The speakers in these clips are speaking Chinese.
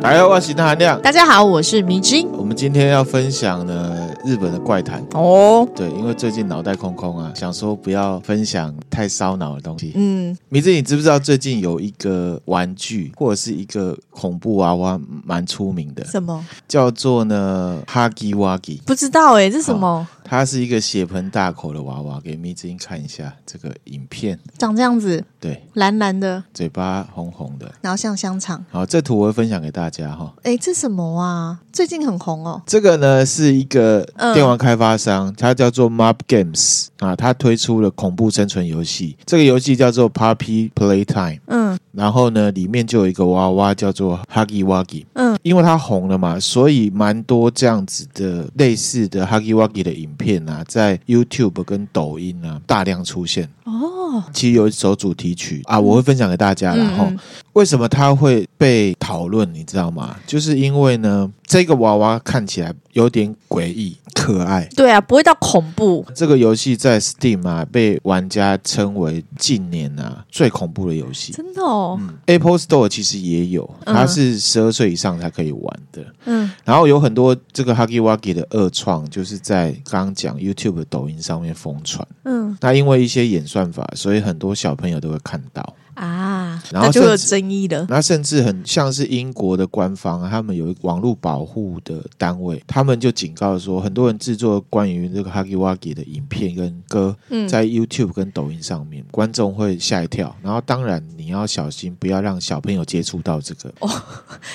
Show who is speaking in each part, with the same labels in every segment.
Speaker 1: 大家好，我是大韩亮。
Speaker 2: 大家好，我是迷之音。
Speaker 1: 我们今天要分享呢日本的怪谈。
Speaker 2: 哦，
Speaker 1: 对，因为最近脑袋空空啊，想说不要分享太烧脑的东西。
Speaker 2: 嗯，
Speaker 1: 米子，你知不知道最近有一个玩具或者是一个恐怖娃娃蛮出名的，
Speaker 2: 什么？
Speaker 1: 叫做呢哈基瓦基，
Speaker 2: 不知道哎、这是什么？
Speaker 1: 它是一个血盆大口的娃娃。给米子英看一下这个影片，
Speaker 2: 长这样子，
Speaker 1: 对，
Speaker 2: 蓝蓝的，
Speaker 1: 嘴巴红红的。
Speaker 2: 然后像香肠。
Speaker 1: 好，这图我会分享给大家哈。
Speaker 2: 哎，这什么啊？最近很红哦。
Speaker 1: 这个呢是一个
Speaker 2: 嗯
Speaker 1: 电玩开发商，它叫做 Mob Games 啊，它推出了恐怖生存游戏，这个游戏叫做 Puppy Playtime。
Speaker 2: 嗯
Speaker 1: 然后呢，里面就有一个娃娃叫做 Huggy Wuggy，
Speaker 2: 嗯，
Speaker 1: 因为它红了嘛，所以蛮多这样子的类似的 Huggy Wuggy 的影片啊，在 YouTube 跟抖音啊大量出现。
Speaker 2: 哦，嗯
Speaker 1: 其实有一首主题曲啊，我会分享给大家。然后、
Speaker 2: 嗯嗯
Speaker 1: 为什么它会被讨论，你知道吗？就是因为呢，这个娃娃看起来有点诡异、可爱。
Speaker 2: 对啊，不会到恐怖。
Speaker 1: 这个游戏在 Steam 啊，被玩家称为近年啊最恐怖的游戏。
Speaker 2: 真的哦，
Speaker 1: 嗯，Apple Store 其实也有，它是十二岁以上才可以玩的。
Speaker 2: 嗯
Speaker 1: 然后有很多这个 Huggy Wuggy 的恶创，就是在刚刚讲 YouTube、抖音上面疯传。
Speaker 2: 嗯
Speaker 1: 那因为一些演算法，所以很多小朋友都会看到。
Speaker 2: 啊，
Speaker 1: 然后
Speaker 2: 那就有
Speaker 1: 甚至
Speaker 2: 争议了。
Speaker 1: 那甚至很像是英国的官方啊，他们有一个网络保护的单位，他们就警告说，很多人制作关于这个 Huggy Wuggy 的影片跟歌，
Speaker 2: 嗯
Speaker 1: 在 YouTube 跟抖音上面，观众会吓一跳。然后当然你要小心，不要让小朋友接触到这个。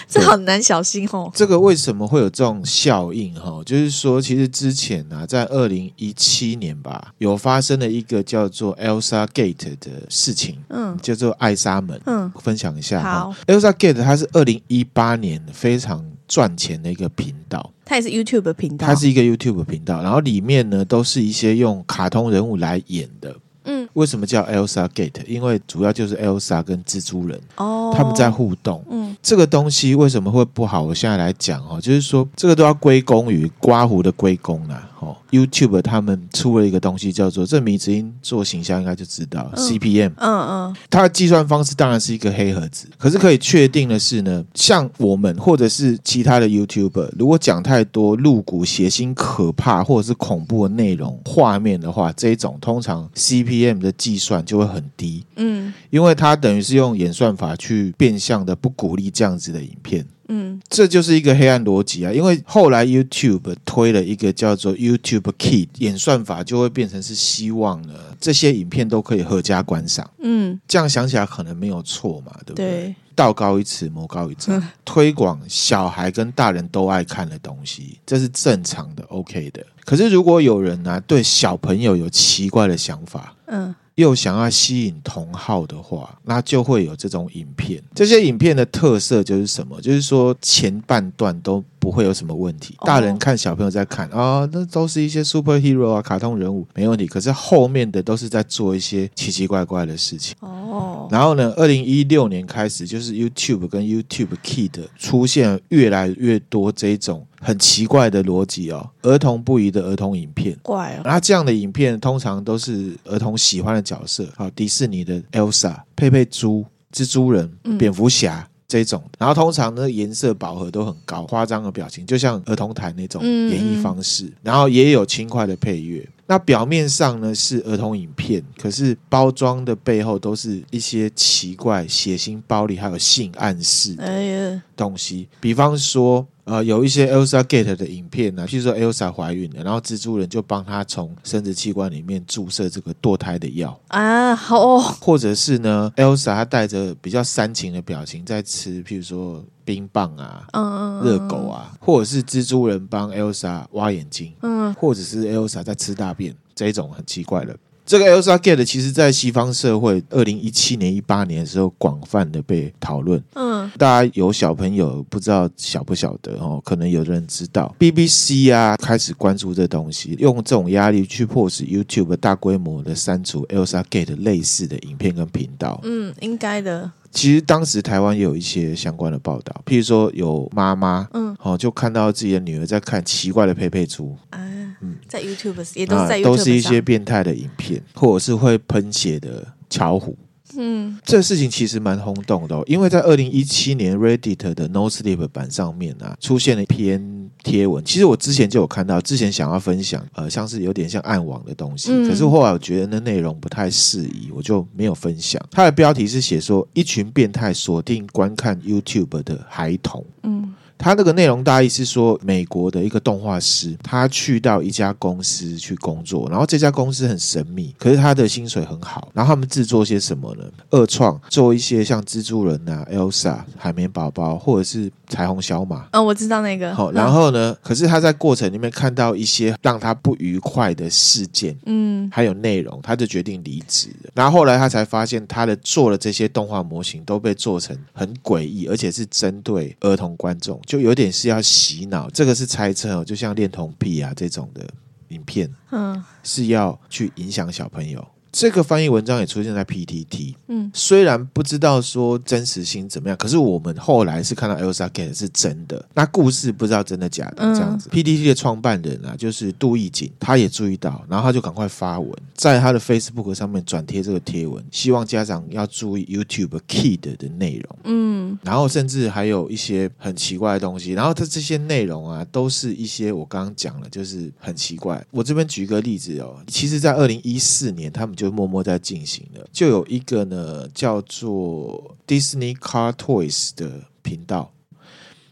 Speaker 2: 这很难小心哦。
Speaker 1: 这个为什么会有这种效应？哈，就是说，其实之前啊，在二零一七年吧，有发生了一个叫做 Elsa Gate 的事情，
Speaker 2: 嗯
Speaker 1: 叫做艾莎门。
Speaker 2: 嗯
Speaker 1: 分享一下哈
Speaker 2: 好。
Speaker 1: Elsa Gate 它是二零一八年非常赚钱的一个频道，
Speaker 2: 它也是 YouTube 频道。
Speaker 1: 它是一个 YouTube 频道，然后里面呢都是一些用卡通人物来演的。
Speaker 2: 嗯
Speaker 1: 为什么叫 Elsa Gate？因为主要就是 Elsa 跟蜘蛛人
Speaker 2: 哦，
Speaker 1: 他们在互动。
Speaker 2: 嗯
Speaker 1: 这个东西为什么会不好？我现在来讲哦，就是说这个都要归功于刮胡的归功啦。哦，YouTube 他们出了一个东西叫做这迷之音做形象应该就知道、
Speaker 2: 嗯
Speaker 1: CPM，
Speaker 2: 嗯嗯
Speaker 1: 它的计算方式当然是一个黑盒子，可是可以确定的是呢，像我们或者是其他的 YouTuber，如果讲太多露骨、血腥、可怕或者是恐怖的内容、画面的话，这一种通常 CPM 的计算就会很低，
Speaker 2: 嗯
Speaker 1: 因为它等于是用演算法去变相的不鼓励这样子的影片。
Speaker 2: 嗯
Speaker 1: 这就是一个黑暗逻辑啊，因为后来 YouTube 推了一个叫做 YouTube Kid 演算法，就会变成是希望呢这些影片都可以合家观赏。
Speaker 2: 嗯，
Speaker 1: 这样想起来可能没有错嘛，对不对？
Speaker 2: 对，
Speaker 1: 道高一尺，魔高一丈，推广小孩跟大人都爱看的东西，这是正常的，OK 的。可是如果有人呢、啊对小朋友有奇怪的想法，
Speaker 2: 嗯
Speaker 1: 又想要吸引同好的话，那就会有这种影片。这些影片的特色就是什么？就是说前半段都不会有什么问题，
Speaker 2: 哦
Speaker 1: 大人看小朋友在看啊、那都是一些 superhero 啊、卡通人物，没问题。可是后面的都是在做一些奇奇怪怪的事情。
Speaker 2: 哦，
Speaker 1: 然后呢，二零一六年开始，就是 YouTube 跟 YouTube Kid 出现越来越多这种很奇怪的逻辑哦，儿童不宜的儿童影片。
Speaker 2: 怪哦，
Speaker 1: 那这样的影片通常都是儿童喜欢的角色，好，迪士尼的 Elsa、佩佩猪、蜘蛛人、
Speaker 2: 嗯
Speaker 1: 蝙蝠侠。这种，然后通常呢颜色饱和都很高，夸张的表情，就像儿童台那种
Speaker 2: 嗯
Speaker 1: 演绎方式，然后也有轻快的配乐。那表面上呢是儿童影片，可是包装的背后都是一些奇怪、血腥、暴力还有性暗示的
Speaker 2: 哎呀，
Speaker 1: 东西。比方说，呃有一些 Elsa Gate 的影片啊，譬如说 Elsa 怀孕了，然后蜘蛛人就帮她从生殖器官里面注射这个堕胎的药，
Speaker 2: 啊，好哦，
Speaker 1: 或者是呢，Elsa 她带着比较煽情的表情在吃，譬如说冰棒啊、
Speaker 2: 嗯，
Speaker 1: 热狗啊，或者是蜘蛛人帮 Elsa 挖眼睛，
Speaker 2: 嗯，
Speaker 1: 或者是 Elsa 在吃大便，这一种很奇怪的。这个 Elsa Gate 其实在西方社会，二零一七年、一八年的时候广泛的被讨论。
Speaker 2: 嗯
Speaker 1: 大家有小朋友不知道晓不晓得哦？可能有的人知道，BBC 啊开始关注这东西，用这种压力去迫使 YouTube 大规模的删除 Elsa Gate 类似的影片跟频道。
Speaker 2: 嗯，应该的，
Speaker 1: 其实当时台湾也有一些相关的报道，譬如说有妈妈，
Speaker 2: 嗯
Speaker 1: 哦，就看到自己的女儿在看奇怪的佩佩猪，
Speaker 2: 啊
Speaker 1: 嗯，
Speaker 2: 在 YouTube 也都
Speaker 1: 啊，
Speaker 2: 是在 YouTube
Speaker 1: 都是一些
Speaker 2: 上
Speaker 1: 变态的影片，或者是会喷血的巧虎。
Speaker 2: 嗯
Speaker 1: 这事情其实蛮轰动的、哦，因为在二零一七年 Reddit 的 No Sleep 版上面啊，出现了一篇贴文。其实我之前就有看到，之前想要分享，呃，像是有点像暗网的东西，
Speaker 2: 嗯
Speaker 1: 可是后来我觉得那内容不太适宜，我就没有分享。它的标题是写说一群变态锁定观看 YouTube 的孩童。
Speaker 2: 嗯
Speaker 1: 他那个内容大意是说，美国的一个动画师，他去到一家公司去工作，然后这家公司很神秘，可是他的薪水很好。然后他们制作些什么呢？二创做一些像蜘蛛人啊、Elsa、海绵宝宝，或者是彩虹小马。
Speaker 2: 嗯，我知道那个，
Speaker 1: 好，
Speaker 2: 嗯
Speaker 1: 然后呢？可是他在过程里面看到一些让他不愉快的事件，
Speaker 2: 嗯
Speaker 1: 还有内容，他就决定离职了。然后后来他才发现，他的做的这些动画模型都被做成很诡异，而且是针对儿童观众，就有点是要洗脑。这个是猜测哦，就像恋童癖啊这种的影片，
Speaker 2: 嗯
Speaker 1: 是要去影响小朋友。这个翻译文章也出现在 PTT，
Speaker 2: 嗯
Speaker 1: 虽然不知道说真实性怎么样，可是我们后来是看到 Elsa Gate 是真的，那故事不知道真的假的
Speaker 2: 嗯
Speaker 1: 这样子。PTT 的创办人啊，就是杜义景，他也注意到，然后他就赶快发文，在他的 Facebook 上面转贴这个贴文，希望家长要注意 YouTube Kid 的内容。
Speaker 2: 嗯
Speaker 1: 然后甚至还有一些很奇怪的东西。然后它这些内容啊，都是一些我刚刚讲了，就是很奇怪。我这边举一个例子哦，其实，在二零一四年，他们就默默在进行了，就有一个呢叫做 Disney Car Toys 的频道，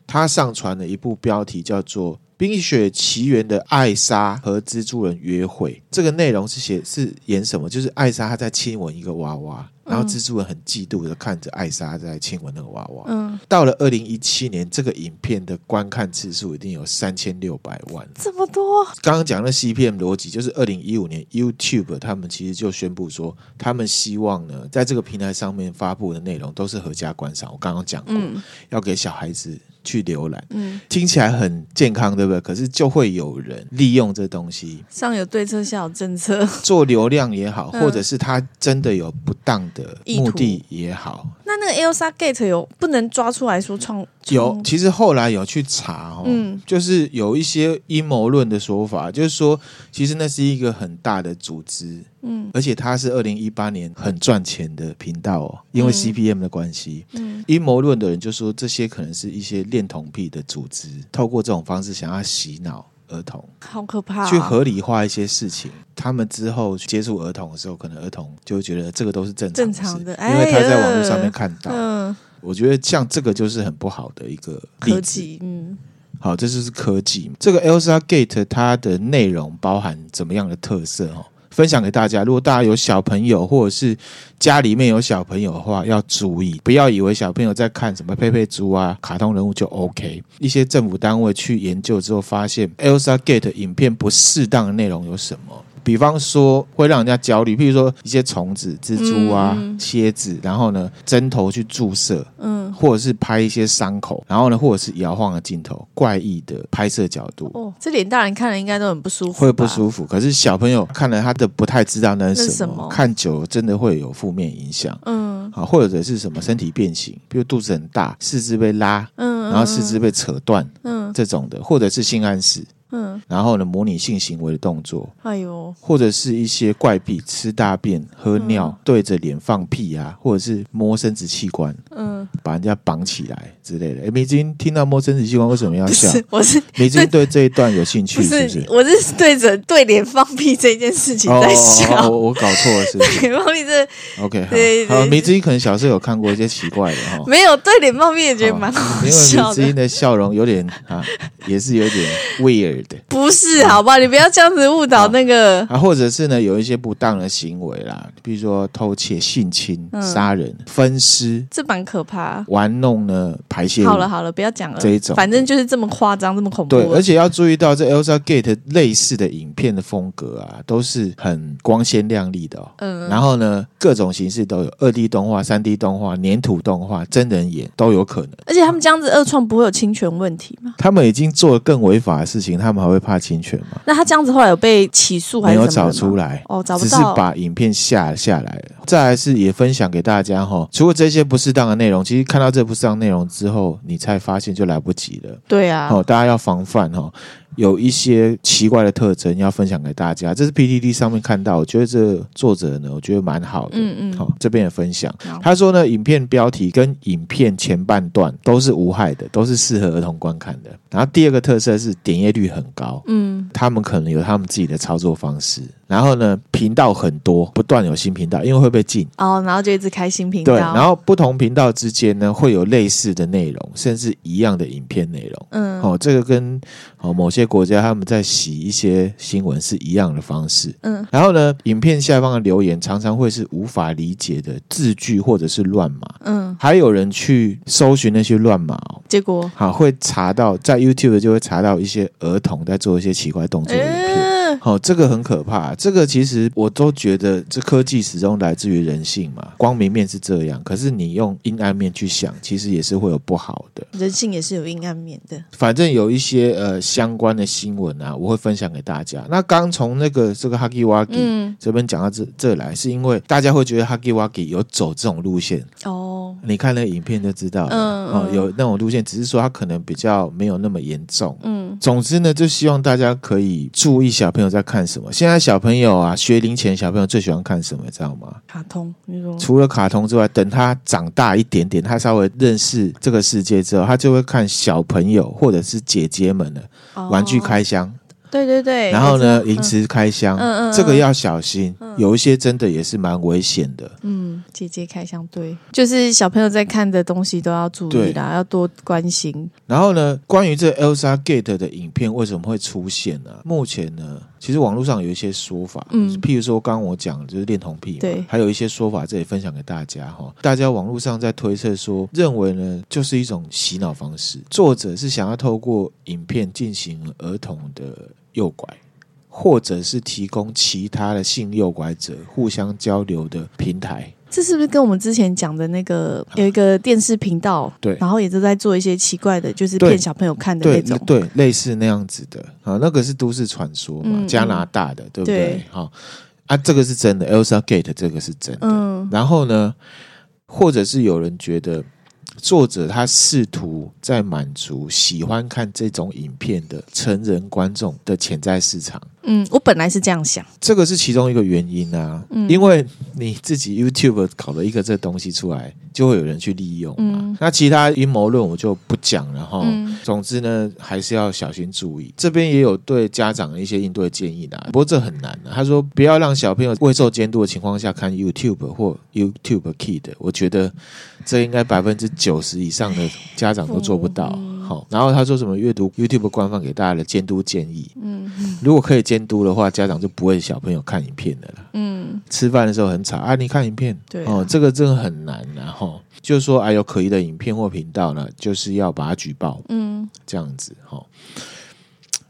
Speaker 1: 他上传了一部标题叫做《冰雪奇缘》的艾莎和蜘蛛人约会。这个内容是写是演什么？就是艾莎她在亲吻一个娃娃，然后蜘蛛人很嫉妒的看着艾莎在亲吻那个娃娃。
Speaker 2: 嗯，
Speaker 1: 到了二零一七年，这个影片的观看次数一定有三千六百万。
Speaker 2: 这么多，
Speaker 1: 刚刚讲的 CPM 逻辑，就是二零一五年 YouTube 他们其实就宣布说，他们希望呢，在这个平台上面发布的内容都是合家观赏。我刚刚讲过，
Speaker 2: 嗯
Speaker 1: 要给小孩子去浏览，
Speaker 2: 嗯，
Speaker 1: 听起来很健康，对不对？可是就会有人利用这东西
Speaker 2: 上有对策，下有政策，
Speaker 1: 做流量也好，
Speaker 2: 嗯
Speaker 1: 或者是他真的有不当的
Speaker 2: 意图
Speaker 1: 目的也好，
Speaker 2: 那那个 Elsa Gate 有不能抓出来说创
Speaker 1: 有，
Speaker 2: 创
Speaker 1: 其实后来有去查哦，
Speaker 2: 嗯
Speaker 1: 就是有一些阴谋论的说法，就是说其实那是一个很大的组织，
Speaker 2: 嗯
Speaker 1: 而且它是二零一八年很赚钱的频道哦，因为
Speaker 2: 嗯
Speaker 1: CPM 的关系，
Speaker 2: 嗯
Speaker 1: 阴谋论的人就说这些可能是一些恋童癖的组织，透过这种方式想要洗脑儿童，
Speaker 2: 好可怕啊，
Speaker 1: 去合理化一些事情。他们之后接触儿童的时候，可能儿童就会觉得这个都是正常
Speaker 2: 正
Speaker 1: 事
Speaker 2: 常的
Speaker 1: 因为他在
Speaker 2: 哎呀
Speaker 1: 网络上面看到。
Speaker 2: 嗯
Speaker 1: 我觉得像这个就是很不好的一个例子
Speaker 2: 科技嗯
Speaker 1: 好，这就是科技。这个 Elsa Gate 它的内容包含怎么样的特色哦？分享给大家。如果大家有小朋友，或者是家里面有小朋友的话，要注意，不要以为小朋友在看什么佩佩猪啊、卡通人物就 OK。一些政府单位去研究之后，发现 Elsa Gate 影片不适当的内容有什么？比方说会让人家焦虑，譬如说一些虫子、蜘蛛啊、
Speaker 2: 嗯嗯
Speaker 1: 蝎子，然后呢针头去注射，
Speaker 2: 嗯
Speaker 1: 或者是拍一些伤口，然后呢，或者是摇晃的镜头，怪异的拍摄角度。
Speaker 2: 哦，这脸大人看了应该都很不舒服吧，
Speaker 1: 会不舒服，可是小朋友看了他的不太知道那是什
Speaker 2: 那
Speaker 1: 么，
Speaker 2: 是什么
Speaker 1: 看久了真的会有负面影响
Speaker 2: 嗯
Speaker 1: 啊，或者是什么身体变形，比如肚子很大，四肢被拉，
Speaker 2: 嗯，
Speaker 1: 然后四肢被扯断、
Speaker 2: 嗯
Speaker 1: 这种的，或者是性暗示，
Speaker 2: 嗯，
Speaker 1: 然后呢模拟性行为的动作，
Speaker 2: 哎呦，
Speaker 1: 或者是一些怪癖，吃大便、喝尿、对着脸放屁啊，或者是摸生殖器官，
Speaker 2: 嗯，
Speaker 1: 把人家绑起来之类的。诶，美金听到摸生殖器官为什么要
Speaker 2: 不
Speaker 1: 笑？
Speaker 2: 是，我是
Speaker 1: 美金对这一段有兴趣
Speaker 2: 不
Speaker 1: 啊是不
Speaker 2: 是
Speaker 1: 是？
Speaker 2: 我是对着对脸放屁这件事情
Speaker 1: 哦
Speaker 2: 在
Speaker 1: 哦
Speaker 2: 笑，
Speaker 1: 我我搞错了是不是
Speaker 2: 对脸放屁这
Speaker 1: ？OK，好
Speaker 2: 对对
Speaker 1: 好，
Speaker 2: 对
Speaker 1: 梅子英可能小时候有看过一些奇怪的 哈。
Speaker 2: 没有对脸放屁也觉得蛮
Speaker 1: 好
Speaker 2: 好
Speaker 1: 因为
Speaker 2: 笑
Speaker 1: 梅子英
Speaker 2: 的，
Speaker 1: 的笑容有点啊，也是有点 weird 的
Speaker 2: 不是好吧？你不要这样子误导那个，
Speaker 1: 啊，或者是呢有一些不当的行为啦，比如说偷窃、性侵、
Speaker 2: 嗯
Speaker 1: 杀人、分尸、
Speaker 2: 这蛮可怕。
Speaker 1: 玩弄呢排泄物。
Speaker 2: 好了好了，不要讲了，
Speaker 1: 这一种
Speaker 2: 反正就是这么夸张，这么恐怖
Speaker 1: 对，。而且要注意到这 Elsa Gate 类似的影片的风格啊，都是很光鲜亮丽的哦。
Speaker 2: 嗯
Speaker 1: 然后呢，各种形式都有，二 D 动画、三 D 动画、粘土动画、真人演都有可能。
Speaker 2: 而且他们这样子二创不会有侵权问题吗？
Speaker 1: 他们已经做了更违法的事情，他们还会怕侵权吗？
Speaker 2: 那他这样子后来有被起诉还
Speaker 1: 没
Speaker 2: 是
Speaker 1: 有
Speaker 2: 什么
Speaker 1: 找
Speaker 2: 的
Speaker 1: 出
Speaker 2: 吗？
Speaker 1: 来
Speaker 2: 哦找不
Speaker 1: 只是
Speaker 2: 到
Speaker 1: 把影片下下来了。再来是也分享给大家哈、除了这些不适当的内容，其实看到这不适当内容之后，你才发现就来不及了。
Speaker 2: 对啊，
Speaker 1: 哦，大家要防范哈、哦，有一些奇怪的特征要分享给大家。这是 PDD 上面看到，我觉得这作者呢，我觉得蛮好的。
Speaker 2: 嗯嗯
Speaker 1: 好、这边也分享
Speaker 2: 好，
Speaker 1: 他说呢，影片标题跟影片前半段都是无害的，都是适合儿童观看的。然后第二个特色是点阅率很高，
Speaker 2: 嗯，
Speaker 1: 他们可能有他们自己的操作方式。然后呢，频道很多，不断有新频道，因为会被禁。
Speaker 2: 哦，然后就一直开新频道，
Speaker 1: 对，然后不同频道之间呢，会有类似的内容，甚至一样的影片内容。
Speaker 2: 嗯
Speaker 1: 哦，这个跟哦某些国家他们在洗一些新闻是一样的方式。
Speaker 2: 嗯，
Speaker 1: 然后呢，影片下方的留言常常会是无法理解的字句或者是乱码，
Speaker 2: 嗯，
Speaker 1: 还有人去搜寻那些乱码、哦。
Speaker 2: 结果，
Speaker 1: 好，会查到在 YouTube 就会查到一些儿童在做一些奇怪动作的影片，
Speaker 2: 嗯
Speaker 1: 好、这个很可怕。这个其实我都觉得，这科技始终来自于人性嘛，光明面是这样，可是你用阴暗面去想，其实也是会有不好的。
Speaker 2: 人性也是有阴暗面的，
Speaker 1: 反正有一些呃相关的新闻啊，我会分享给大家。那刚从那个这个 Haki Waki、
Speaker 2: 嗯，
Speaker 1: 这边讲到这这来，是因为大家会觉得 Haki Waki 有走这种路线，
Speaker 2: 哦，
Speaker 1: 你看那个影片就知道了，
Speaker 2: 嗯
Speaker 1: 哦，
Speaker 2: 嗯
Speaker 1: 有那种路线，只是说它可能比较没有那么严重。
Speaker 2: 嗯，
Speaker 1: 总之呢，就希望大家可以注意小朋友在看什么。现在小朋友啊，学龄前小朋友最喜欢看什么，你知道吗？
Speaker 2: 卡通，你说，
Speaker 1: 除了卡通之外，等他长大一点点，他稍微认识这个世界之后，他就会看小朋友或者是姐姐们的
Speaker 2: 哦哎
Speaker 1: 玩具，开箱，
Speaker 2: 对对对，
Speaker 1: 然后呢，
Speaker 2: 我知
Speaker 1: 零
Speaker 2: 道，
Speaker 1: 食开箱，
Speaker 2: 嗯嗯嗯
Speaker 1: 这个要小心，有一些真的也是蛮危险的。
Speaker 2: 嗯，姐姐开箱，对，就是小朋友在看的东西都要注
Speaker 1: 对
Speaker 2: 意啦，要多关心，
Speaker 1: 然后呢，关于这 Elsa Gate 的影片为什么会出现呢、目前呢，其实网络上有一些说法，嗯
Speaker 2: 嗯，
Speaker 1: 譬如说刚刚我讲的就是恋童癖嘛，
Speaker 2: 对
Speaker 1: 还有一些说法，这里分享给大家哈。大家网络上在推测说，认为呢就是一种洗脑方式，作者是想要透过影片进行儿童的诱拐。或者是提供其他的性诱拐者互相交流的平台，
Speaker 2: 这是不是跟我们之前讲的那个有一个电视频道，
Speaker 1: 啊对
Speaker 2: 然后也都在做一些奇怪的，就是
Speaker 1: 对
Speaker 2: 骗小朋友看的
Speaker 1: 对
Speaker 2: 那种，
Speaker 1: 对，类似那样子的啊，那个是都市传说嘛，
Speaker 2: 嗯
Speaker 1: 加拿大的，对不对
Speaker 2: 对？
Speaker 1: 好、啊，这个是真的，Elsa Gate 这个是真的。
Speaker 2: 嗯
Speaker 1: 然后呢，或者是有人觉得作者他试图在满足喜欢看这种影片的成人观众的潜在市场。
Speaker 2: 嗯，我本来是这样想，
Speaker 1: 这个是其中一个原因啊，
Speaker 2: 嗯
Speaker 1: 因为你自己 YouTube 搞了一个这东西出来，就会有人去利用嘛。
Speaker 2: 嗯
Speaker 1: 那其他阴谋论我就不讲了哈。
Speaker 2: 嗯
Speaker 1: 总之呢，还是要小心注意。这边也有对家长的一些应对建议啦，不过这很难、啊。他说不要让小朋友未受监督的情况下看 YouTube 或 YouTube Kid，我觉得这应该百分之九十以上的家长都做不到。
Speaker 2: 嗯
Speaker 1: 好，然后他说什么阅读 YouTube 官方给大家的监督建议，
Speaker 2: 嗯
Speaker 1: 如果可以监督的话，家长就不会小朋友看影片的啦。
Speaker 2: 嗯，
Speaker 1: 吃饭的时候很吵啊，你看影片，
Speaker 2: 对啊
Speaker 1: 哦，这个真的很难然、啊、后就是说，哎，有可疑的影片或频道呢，就是要把它举报，
Speaker 2: 嗯，
Speaker 1: 这样子哈、哦。